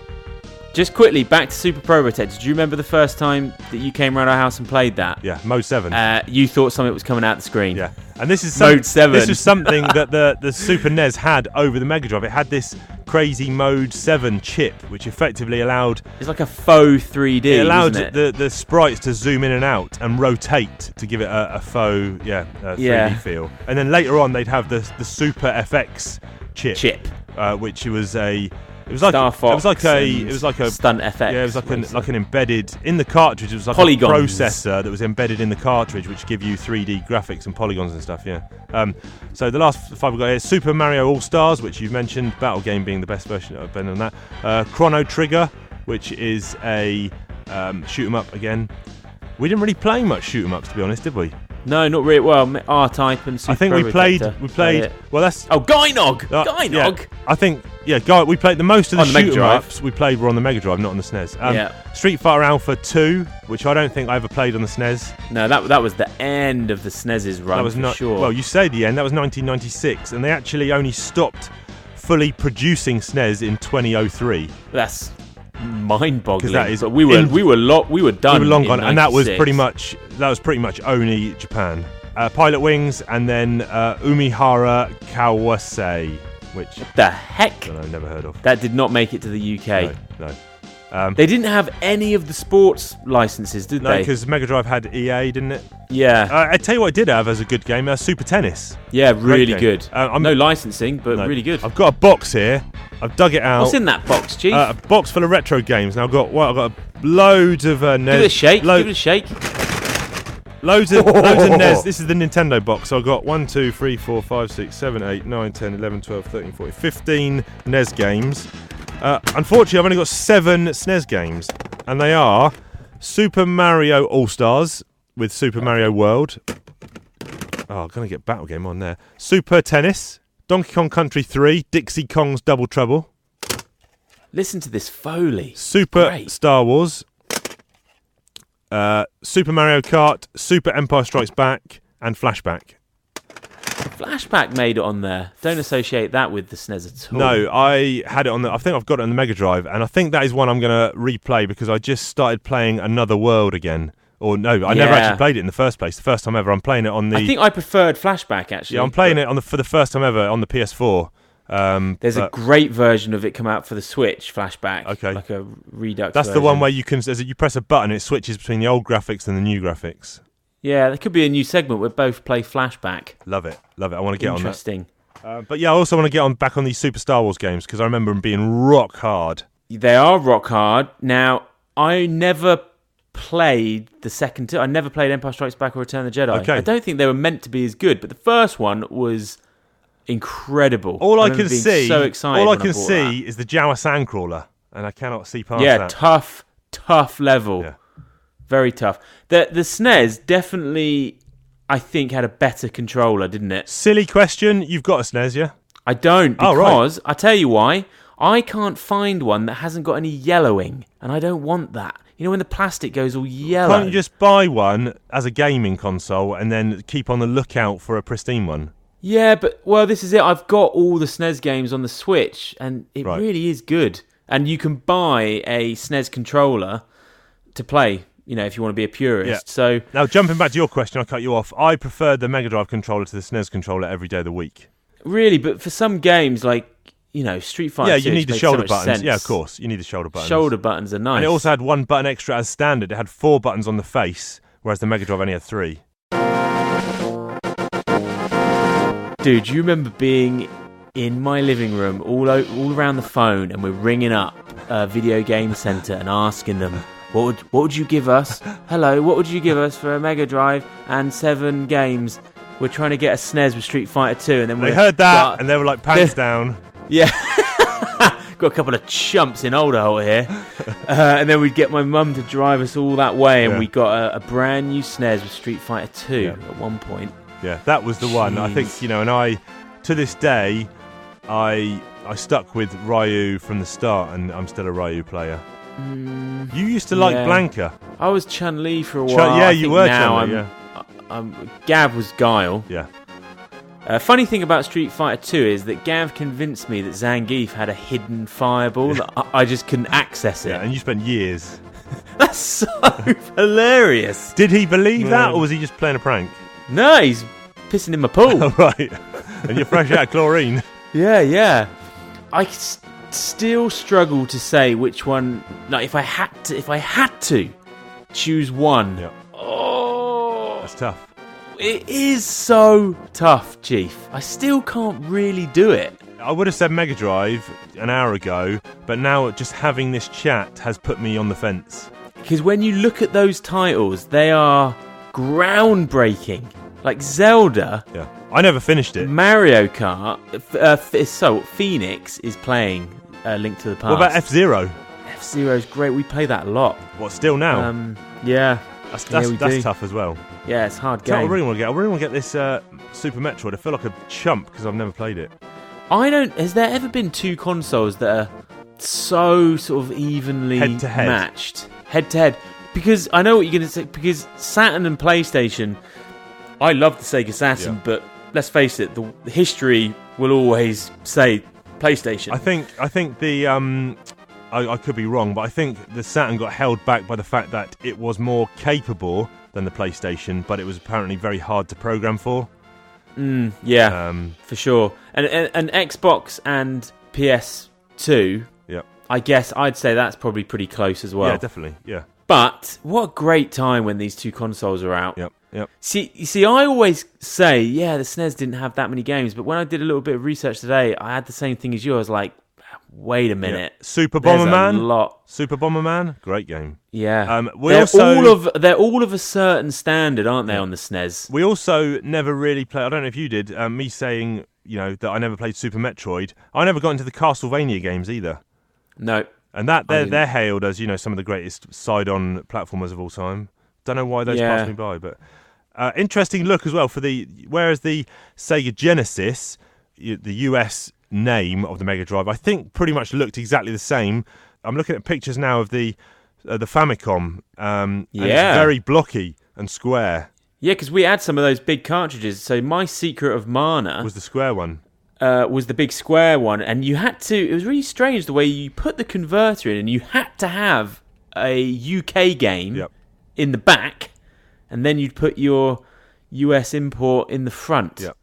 B: Just quickly, back to Super Pro Protector. Do you remember the first time that you came around our house and played that?
C: Yeah, Mo Seven.
B: Uh, you thought something was coming out the screen.
C: Yeah, and this is
B: Mode
C: some-
B: seven.
C: This is something that the the Super NES had over the Mega Drive. It had this crazy Mode Seven chip, which effectively allowed
B: It's like a faux 3D.
C: it allowed
B: wasn't it?
C: the the sprites to zoom in and out and rotate to give it a, a faux yeah a 3D
B: Yeah.
C: feel. And then later on, they'd have the the Super FX chip,
B: Chip.
C: uh, which was a it was like
B: Star Fox
C: it was like a
B: and
C: it was like a
B: stunt FX.
C: yeah, it was like an like an embedded in the cartridge. It was like
B: Polygons.
C: a processor that was embedded in the cartridge, which give you 3D graphics and polygons and stuff. Yeah. Um, so the last five we got here: Super Mario All Stars, which you've mentioned, Battle Game being the best version I've been on that. Uh, Chrono Trigger, which is a um, shoot 'em up again. We didn't really play much shoot 'em ups, to be honest, did we?
B: no, not really. Well, R Type and Super
C: I think
B: Pro
C: we played.
B: Protector.
C: We
B: That
C: played.
B: it.
C: Well, that's
B: Oh, Gynog!
C: uh, yeah.
B: Gynog!
C: I think yeah, guy, we played the most of the,
B: On the Mega
C: shoot 'em
B: Drive.
C: ups we played were on the Mega Drive, not on the SNES. Um,
B: Yeah.
C: Street Fighter Alpha 2, which I don't think I ever played on the SNES.
B: No, that that was the end of the SNES's run.
C: that was
B: Um, for
C: not
B: sure.
C: Well, you say the end. That was 1996, and they actually only stopped fully producing SNES in 2003.
B: That's mind-boggling.
C: 'Cause that is
B: but we were
C: in-
B: we were lo- we were done.
C: we were long
B: in
C: gone, and that was
B: 96.
C: pretty much that was pretty much only Japan. Uh, Pilot Wings, and then uh, Umihara Kawase, which
B: the heck.
C: I don't know, never heard of.
B: That did not make it to the UK.
C: No, no.
B: They didn't have any of the sports licenses, did
C: No,
B: they?
C: because Mega Drive had EA, didn't it?
B: yeah,
C: Uh, I tell you what, I did have as a good game, uh, Super Tennis.
B: yeah, really
C: game.
B: good.
C: Uh, I'm-
B: no licensing, but
C: No.
B: really good.
C: I've got a box here. I've dug it out.
B: What's in that box, Chief?
C: Uh, a box full of retro games. Now I've got well, I've got loads of uh, NES.
B: give it a shake.
C: lo-
B: give it a shake.
C: loads of loads of NES. This is the Nintendo box. So I've got 1, 2, 3, 4, 5, 6, 7, 8, 9, 10, 11, 12, 13, 14, 15 NES E games. Uh, unfortunately, I've only got seven SNES games, and they are Super Mario All Stars with Super Mario World. Oh, I'm gonna get Battle Game on there. Super Tennis, Donkey Kong Country 3, Dixie Kong's Double Trouble.
B: Listen to this Foley.
C: Super
B: Great.
C: Star Wars, uh, Super Mario Kart, Super Empire Strikes Back, and Flashback.
B: Flashback made it on there. Don't associate that with the SNES at all.
C: No, I had it on the. I think I've got it on the Mega Drive, and I think that is one I'm going to replay because I just started playing Another World again. Or no, I never
B: Yeah.
C: actually played it in the first place. The first time ever, I'm playing it on the.
B: I think I preferred Flashback actually.
C: yeah, I'm playing it on the for the first time ever on the PS4. Um,
B: There's a
C: but
B: great version of it come out for the Switch Flashback.
C: Okay.
B: like a Redux.
C: that's the one
B: version.
C: where you can there's a- you press a button, it switches between the old graphics and the new graphics.
B: Yeah, there could be a new segment where both play Flashback.
C: Love it, love it. I want to get on that.
B: Interesting.
C: Uh, but yeah, I also want to get on back on these Super Star Wars games because I remember them being rock hard.
B: They are rock hard. Now, I never played the second two. I never played Empire Strikes Back or Return of the Jedi.
C: Okay.
B: I don't think they were meant to be as good, but the first one was incredible.
C: All I,
B: remember
C: can
B: being
C: see,
B: So excited.
C: all I
B: when
C: can
B: bought
C: see is the Jawa Sandcrawler, and I cannot see
B: that.
C: past
B: Yeah,
C: that.
B: tough, tough level.
C: Yeah.
B: Very tough. The the SNES definitely, I think, had a better controller, didn't it?
C: Silly question. You've got a SNES, yeah?
B: I don't
C: Oh, right.
B: because I tell you why. I can't find one that hasn't got any yellowing, and I don't want that. You know when the plastic goes all yellow.
C: Can't you just buy one as a gaming console and then keep on the lookout for a pristine one?
B: Yeah, but well, this is it. I've got all the SNES games on the Switch, and it
C: Right.
B: really is good. And you can buy a SNES controller to play. You know, if you want to be a purist.
C: Yeah.
B: So
C: Now, jumping back to your question, I cut you off. I prefer the Mega Drive controller to the SNES controller every day of the week.
B: really, but for some games like you know Street Fighter,
C: yeah,
B: 2,
C: you need the
B: makes so
C: shoulder
B: much
C: buttons.
B: sense.
C: Yeah, of course. You need the shoulder buttons.
B: Shoulder buttons are nice.
C: And it also had one button extra as standard. It had four buttons on the face, whereas the Mega Drive only had three.
B: Dude, you remember being in my living room, all o- all around the phone, and we're ringing up a video game center and asking them, "What would what would you give us? Hello, what would you give us for a Mega Drive and seven games?" We're trying to get a SNES with Street Fighter 2, and then
C: They
B: we
C: heard that and they were like pants down.
B: yeah. Got a couple of chumps in Alderholt here. Uh, and then we'd get my mum to drive us all that way, and
C: Yeah.
B: we got a, a brand new snares with Street Fighter 2
C: Yeah.
B: at one point.
C: Yeah, that was the one. I think
B: Jeez.
C: you know, and I to this day, I I stuck with Ryu from the start, and I'm still a Ryu player. you used to like
B: Mm. yeah.
C: Blanca,
B: I was Chun Li for a
C: Chun-
B: while.
C: yeah,
B: I
C: you
B: think
C: were
B: now
C: Chun-Li,
B: I'm, I'm, Gav was Guile.
C: yeah,
B: Uh, funny thing about Street Fighter 2 is that Gav convinced me that Zangief had a hidden fireball that I, I just couldn't access it.
C: yeah, and you spent years.
B: That's so hilarious.
C: Did he believe that,
B: Yeah.
C: or was he just playing a prank?
B: No, he's pissing in my pool.
C: All right, and you're fresh out of chlorine.
B: Yeah, yeah. I s- still struggle to say which one. Like, if I had to, if I had to choose one.
C: Yeah.
B: Oh,
C: That's tough.
B: it is so tough, Chief. I still can't really do it.
C: I would have said Mega Drive an hour ago, but now just having this chat has put me on the fence.
B: Because when you look at those titles, they are groundbreaking. Like Zelda,
C: Yeah, I never finished it.
B: Mario Kart, f- uh, f- so Phoenix is playing uh, Link to the Past.
C: What about F Zero?
B: F Zero is great. We play that a lot.
C: What still now?
B: Um, yeah,
C: that's that's,
B: yeah, we
C: that's
B: do.
C: tough as well.
B: yeah, it's a hard
C: Do you know
B: game.
C: what I really want to get. I really want to get this uh, Super Metroid. I feel like a chump because I've never played it.
B: I don't. Has there ever been two consoles that are so sort of evenly
C: Head-to-head.
B: matched, head to head? Because I know what you're going to say. Because Saturn and PlayStation, I love the Sega Saturn,
C: Yeah.
B: but let's face it, the the history will always say PlayStation.
C: I think I think the um, I, I could be wrong, but I think the Saturn got held back by the fact that it was more capable than the PlayStation, but it was apparently very hard to program for.
B: yeah,
C: Um,
B: for sure. And, and and Xbox and PS2,
C: yeah,
B: I guess I'd say that's probably pretty close as well.
C: yeah, definitely, yeah,
B: but what a great time when these two consoles are out.
C: yep, yep.
B: See, you see, I always say, yeah, the SNES didn't have that many games, but when I did a little bit of research today, I had the same thing as you. I was like, wait a minute,
C: Super
B: there's a
C: Bomberman?
B: lot,
C: Super Bomberman, great game.
B: yeah.
C: Um, we
B: they're
C: also-
B: all of they're all of a certain standard, aren't they, on the SNES?
C: We also never really played. I don't know if you did. Um, me saying you know that I never played Super Metroid. I never got into the Castlevania games either.
B: No,
C: And that they're,
B: didn't.
C: they're hailed as you know some of the greatest side-on platformers of all time. Don't know why those
B: Yeah.
C: passed me by, but uh, interesting look as well for the whereas the Sega Genesis, y- the US name of the Mega Drive, I think pretty much looked exactly the same. I'm looking at pictures now of the uh, the Famicom. Um, and it's
B: Yeah.
C: very blocky and square.
B: yeah, because we had some of those big cartridges. So my Secret of Mana
C: Was the square one?
B: uh, was the big square one, and you had to. It was really strange the way you put the converter in, and you had to have a UK game
C: Yep.
B: in the back, and then you'd put your US import in the front.
C: Yep.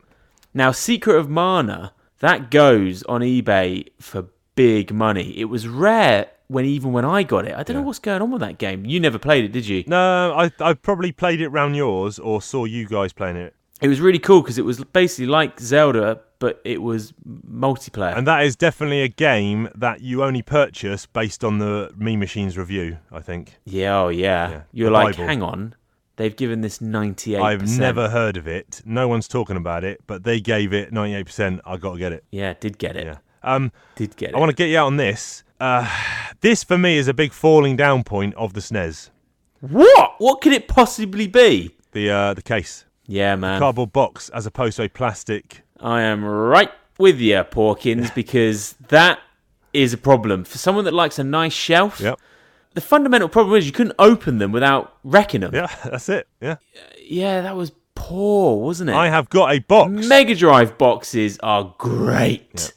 B: Now, Secret of Mana that goes on eBay for big money. It was rare when even when I got it. I don't know what's going on with that game. You never played it, did you?
C: No, I I probably played it round yours or saw you guys playing it.
B: It was really cool because it was basically like Zelda, but it was multiplayer.
C: And that is definitely a game that you only purchase based on the Me Machines review, I think.
B: Yeah, oh yeah.
C: Yeah,
B: You're
C: the
B: like,
C: Bible.
B: hang on, they've given this 98.
C: i have never heard of it. No one's talking about it, but they gave it 98%. I got to get it.
B: Yeah, did get it.
C: Yeah. Um,
B: Did get it.
C: I want to get you out on this. Uh, this, for me, is a big falling down point of the E SNES,
B: What? What could it possibly be?
C: the, uh, the case.
B: Yeah, man.
C: Cardboard box as opposed to a plastic.
B: I am right with you, Porkins, because that is a problem for someone that likes a nice shelf.
C: Yep.
B: The fundamental problem is you couldn't open them without wrecking them.
C: Yeah, that's it. Yeah.
B: Yeah, that was poor, wasn't it?
C: I have got a box.
B: Mega Drive boxes are great.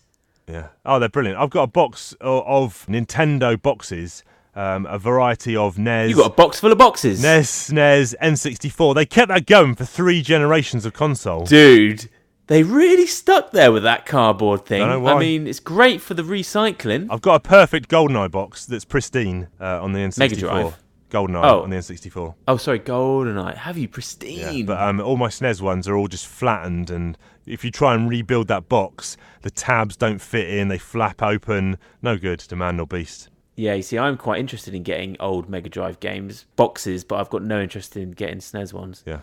C: Yeah. Oh, they're brilliant. I've got a box o- of Nintendo boxes, um, a variety of E NES.
B: You got a box full of boxes.
C: NES, SNES, N64. They kept that going for three generations of console.
B: dude they really stuck there with that cardboard thing
C: Don't know
B: i
C: why.
B: mean it's great for the recycling
C: I've got a perfect GoldenEye box that's pristine uh, on the N64.
B: Mega Drive.
C: GoldenEye
B: Oh.
C: on the N64.
B: Oh, sorry, Goldeneye. Have you pristine?
C: Yeah, but um, all my SNES ones are all just flattened, and if you try and rebuild that box, the tabs don't fit in; they flap open. No good to man or beast.
B: Yeah, you see, I'm quite interested in getting old Mega Drive games boxes, but I've got no interest in getting SNES ones
C: Yeah,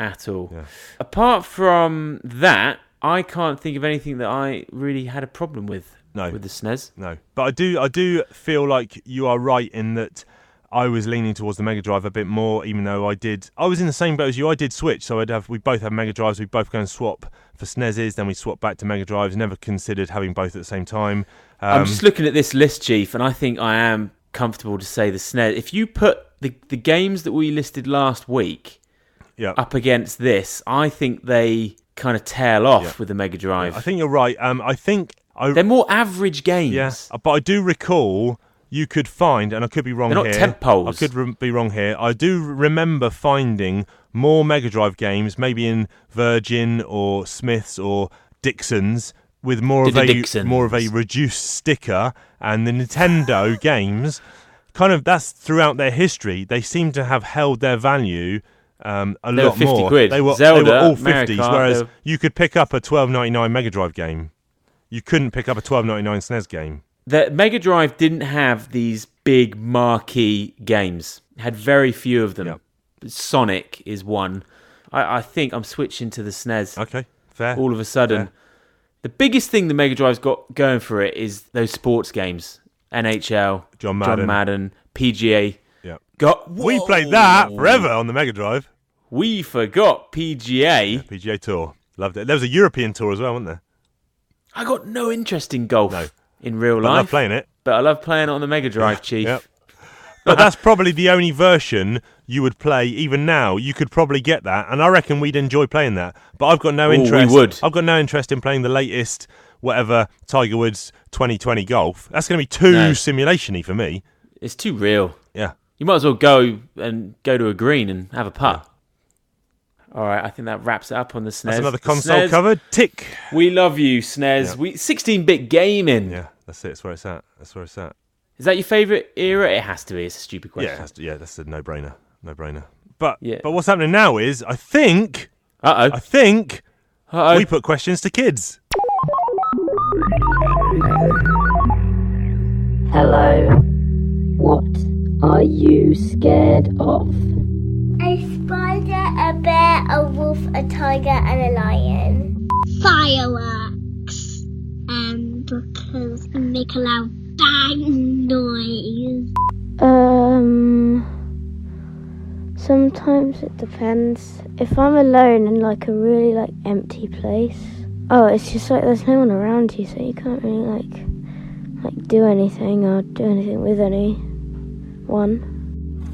B: at all.
C: Yeah.
B: Apart from that, I can't think of anything that I really had a problem with
C: No.
B: with the E SNES.
C: no. But I do, I do feel like you are right in that I was leaning towards the Mega Drive a bit more, even though I did. I was in the same boat as you. I did switch, so I'd have we both have Mega Drives. We both go and swap for SNESes, then we swap back to Mega Drives. Never considered having both at the same time. Um,
B: I'm just looking at this list, Chief, and I think I am comfortable to say the SNES. If you put the, the games that we listed last week
C: yeah.
B: up against this, I think they kind of tail off with the Mega Drive.
C: I think you're right. Um, I think I
B: They're more average games.
C: Yes, uh, but I do recall you could find, and I could be wrong
B: They're not
C: here.
B: tempos.
C: I could re- be wrong here. I do remember finding more Mega Drive games, maybe in Virgin or Smiths or Dixons, with more of
B: Did
C: a
B: the Dixons.
C: more of a reduced sticker, and the Nintendo games. Kind of that's throughout their history. They seem to have held their value. Um, a
B: They were
C: lot
B: 50
C: more.
B: quid.
C: They were they were
B: Zelda,
C: all
B: Mario
C: fifties,
B: Kart,
C: whereas
B: they were-
C: you could pick up a twelve ninety nine Mega Drive game. You couldn't pick up a twelve ninety nine SNES E game.
B: that Mega Drive didn't have these big marquee games. It had very few of them. Sonic is one. I, I think I'm switching to the SNES
C: Okay, fair.
B: all of a sudden.
C: Fair.
B: The biggest thing the Mega Drive's got going for it is those sports games. NHL,
C: John Madden.
B: Madden, PGA.
C: Yeah.
B: Got
C: we
B: Whoa!
C: played that forever on the Mega Drive.
B: We forgot PGA.
C: PGA Tour, loved it. There was a European tour as well, wasn't there?
B: I got no interest in golf
C: No.
B: in real
C: But I
B: life,
C: love playing it.
B: but I love playing it on the Mega Drive, Chief.
C: Yep. But that's probably the only version you would play even now. You could probably get that, and I reckon we'd enjoy playing that. But I've got no
B: we
C: interest.
B: would.
C: I've got no interest in playing the latest whatever Tiger Woods 2020 golf. That's going to be too
B: No.
C: simulationy for me.
B: It's too real.
C: Yeah.
B: You might as well go and go to a green and have a putt. All right, I think that wraps it up on the SNES.
C: That's another console
B: SNES,
C: covered. Tick.
B: We love you, SNES.
C: Yeah.
B: We 16-bit gaming.
C: Yeah, that's it. That's where it's at. That's where it's at.
B: Is that your favorite era? It has to be. It's a stupid
C: Yeah,
B: question.
C: that's- yeah, that's a no-brainer. No-brainer. But
B: Yeah.
C: but what's happening now is I think I
B: Uh
C: think
B: oh. Uh
C: we
B: oh.
C: put questions to kids.
I: Hello. What are you scared of?
J: A spider, a bear, a wolf, a tiger, and a lion. Fireworks. Um, because they make a loud bang noise. Um, sometimes it depends. If I'm alone in like a really like empty place, oh, it's just like there's no one around you, so you can't really like like do anything or do anything with anyone.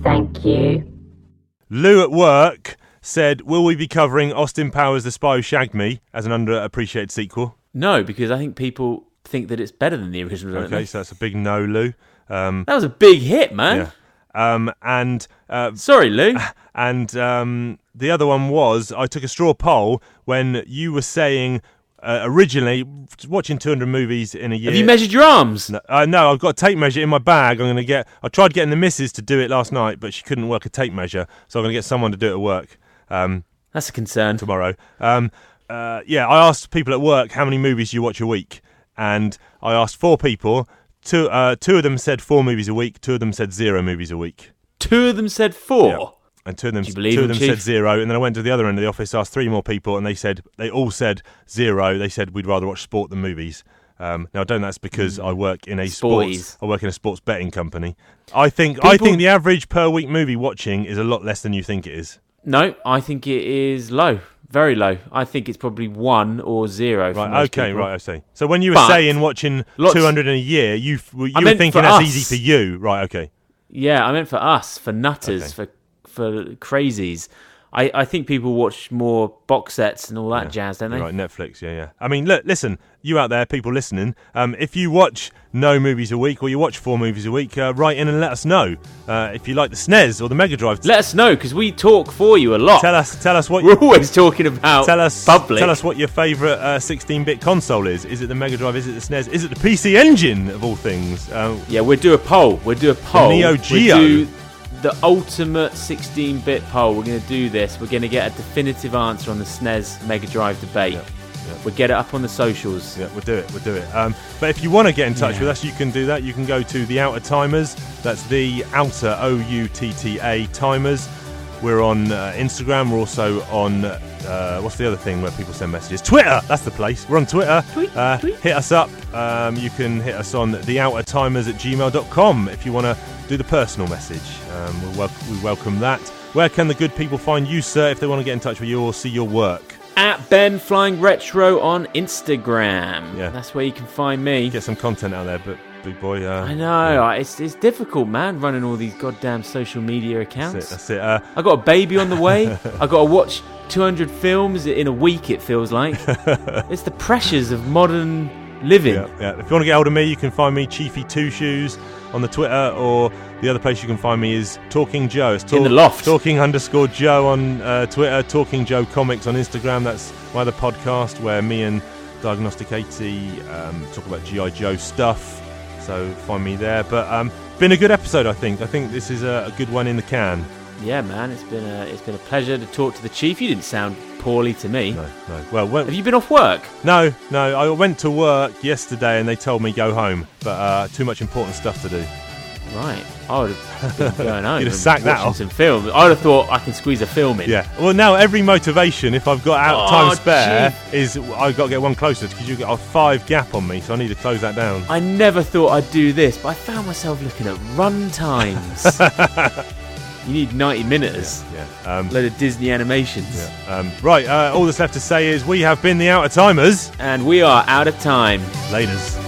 I: Thank you.
C: Lou at work said, "Will we be covering Austin Powers: The Spy Who Shagged Me as an underappreciated sequel?"
B: No, because I think people think that it's better than the original. don't
C: Okay,
B: they?
C: so that's a big no, Lou. Um,
B: That was a big hit, man.
C: yeah. Um, and uh,
B: Sorry, Lou.
C: and um, the other one was I took a straw poll when you were saying uh, originally watching 200 movies in a year.
B: Have you measured your arms?
C: Uh, no, I've got a tape measure in my bag. I'm going to get. I tried getting the missus to do it last night, but she couldn't work a tape measure, so I'm going to get someone to do it at work um,
B: That's a concern.
C: tomorrow. Um, uh, yeah, I asked people at work how many movies you watch a week, and I asked four people. Two, uh, two of them said four movies a week. Two of them said zero movies a week.
B: Two of them said four.
C: Yeah. And two of them,
B: Do you
C: two
B: believe
C: of
B: him,
C: them
B: Chief?
C: said zero. And then I went to the other end of the office, asked three more people, and they said they all said zero. They said we'd rather watch sport than movies. Um, now I don't. know That's because I work in a
B: Hmm. Sporties.
C: sports. I work in a sports betting company. I think I
B: People-
C: think the average per week movie watching is a lot less than you think it is.
B: No, I think it is low. Very low. I think it's probably one or zero. for
C: Right.
B: most
C: Okay.
B: people.
C: Right. I see. So when you were
B: But-
C: saying watching
B: Lots-
C: two hundred in a year, you f- you were
B: meant for
C: thinking that's
B: us.
C: easy for you. Right. Okay.
B: Yeah, I meant for us, for nutters, for for crazies. I, I think people watch more box sets and all that jazz, don't they?
C: You're Right, Netflix, yeah, yeah. I mean, look, listen, you out there, people listening, um, if you watch no movies a week or you watch four movies a week, uh, write in and let us know uh, if you like the SNES or the Mega Drive.
B: Let us know because we talk for you a lot.
C: tell us, tell us what
B: We're always talking about
C: tell us,
B: public.
C: tell us what your favourite uh, 16-bit console is. Is it the Mega Drive? Is it the SNES? Is it the PC Engine of all things? Um,
B: Yeah, we'll do a poll. We'll do a poll.
C: Neo
B: We'll
C: Geo.
B: do the ultimate 16-bit poll. We're going to do this. We're going to get a definitive answer on the SNES Mega Drive debate. We'll get it up on the socials.
C: Yeah, we'll do it. We'll do it. Um, but if you want to get in touch with us, you can do that. You can go to the Outer Timers. That's the Outer O U T T A Timers. We're on uh, Instagram. We're also on uh, what's the other thing where people send messages? Twitter. That's the place. We're on Twitter. Tweet, uh, Hit us up. Um, you can hit us on the Outer Timers at gmail.com if you want to do the personal message. Um, we, wel- we welcome that. Where can the good people find you, sir, if they want to get in touch with you or see your work?
B: At Ben Flying Retro on Instagram.
C: Yeah.
B: That's where you can find me.
C: Get some content out there, but big boy. Uh,
B: I know. I- It's, it's difficult, man, running all these goddamn social media
C: That's it.
B: accounts.
C: That's it. Uh,
B: I got a baby on the way. I got to watch 200 films in a week, it feels like. it's the pressures of modern living.
C: Yeah, yeah. If you want to get hold of me, you can find me Chiefy Two Shoes on the Twitter, or the other place you can find me is Talking Joe. It's
B: In the loft.
C: Talking underscore Joe on uh, Twitter, Talking Joe Comics on Instagram. That's my other podcast where me and Diagnostic 80 um, talk about GI Joe stuff. So find me there. But um, been a good episode, I think. I think this is a, a good one in the can.
B: Yeah, man, it's been a it's been a pleasure to talk to the chief. You didn't sound poorly to me.
C: No, no. Well, when,
B: Have you been off work?
C: no, no. I went to work yesterday and they told me go home, but uh, too much important stuff to do.
B: Right, I would have been going home.
C: You'd
B: and
C: have sacked that
B: watching
C: off.
B: Some film. I would have thought I can squeeze a film in.
C: Yeah. Well, now every motivation, if I've got out
B: Oh,
C: time spare, is I've got to get one closer because you've got a five gap on me, so I need to close that down.
B: I never thought I'd do this, but I found myself looking at run times. you need 90 minutes.
C: Yeah. Um,
B: Load of Disney animations.
C: yeah. Um, right. Uh, all that's left to say is we have been the Outer Timers.
B: And we are out of time.
C: Laters.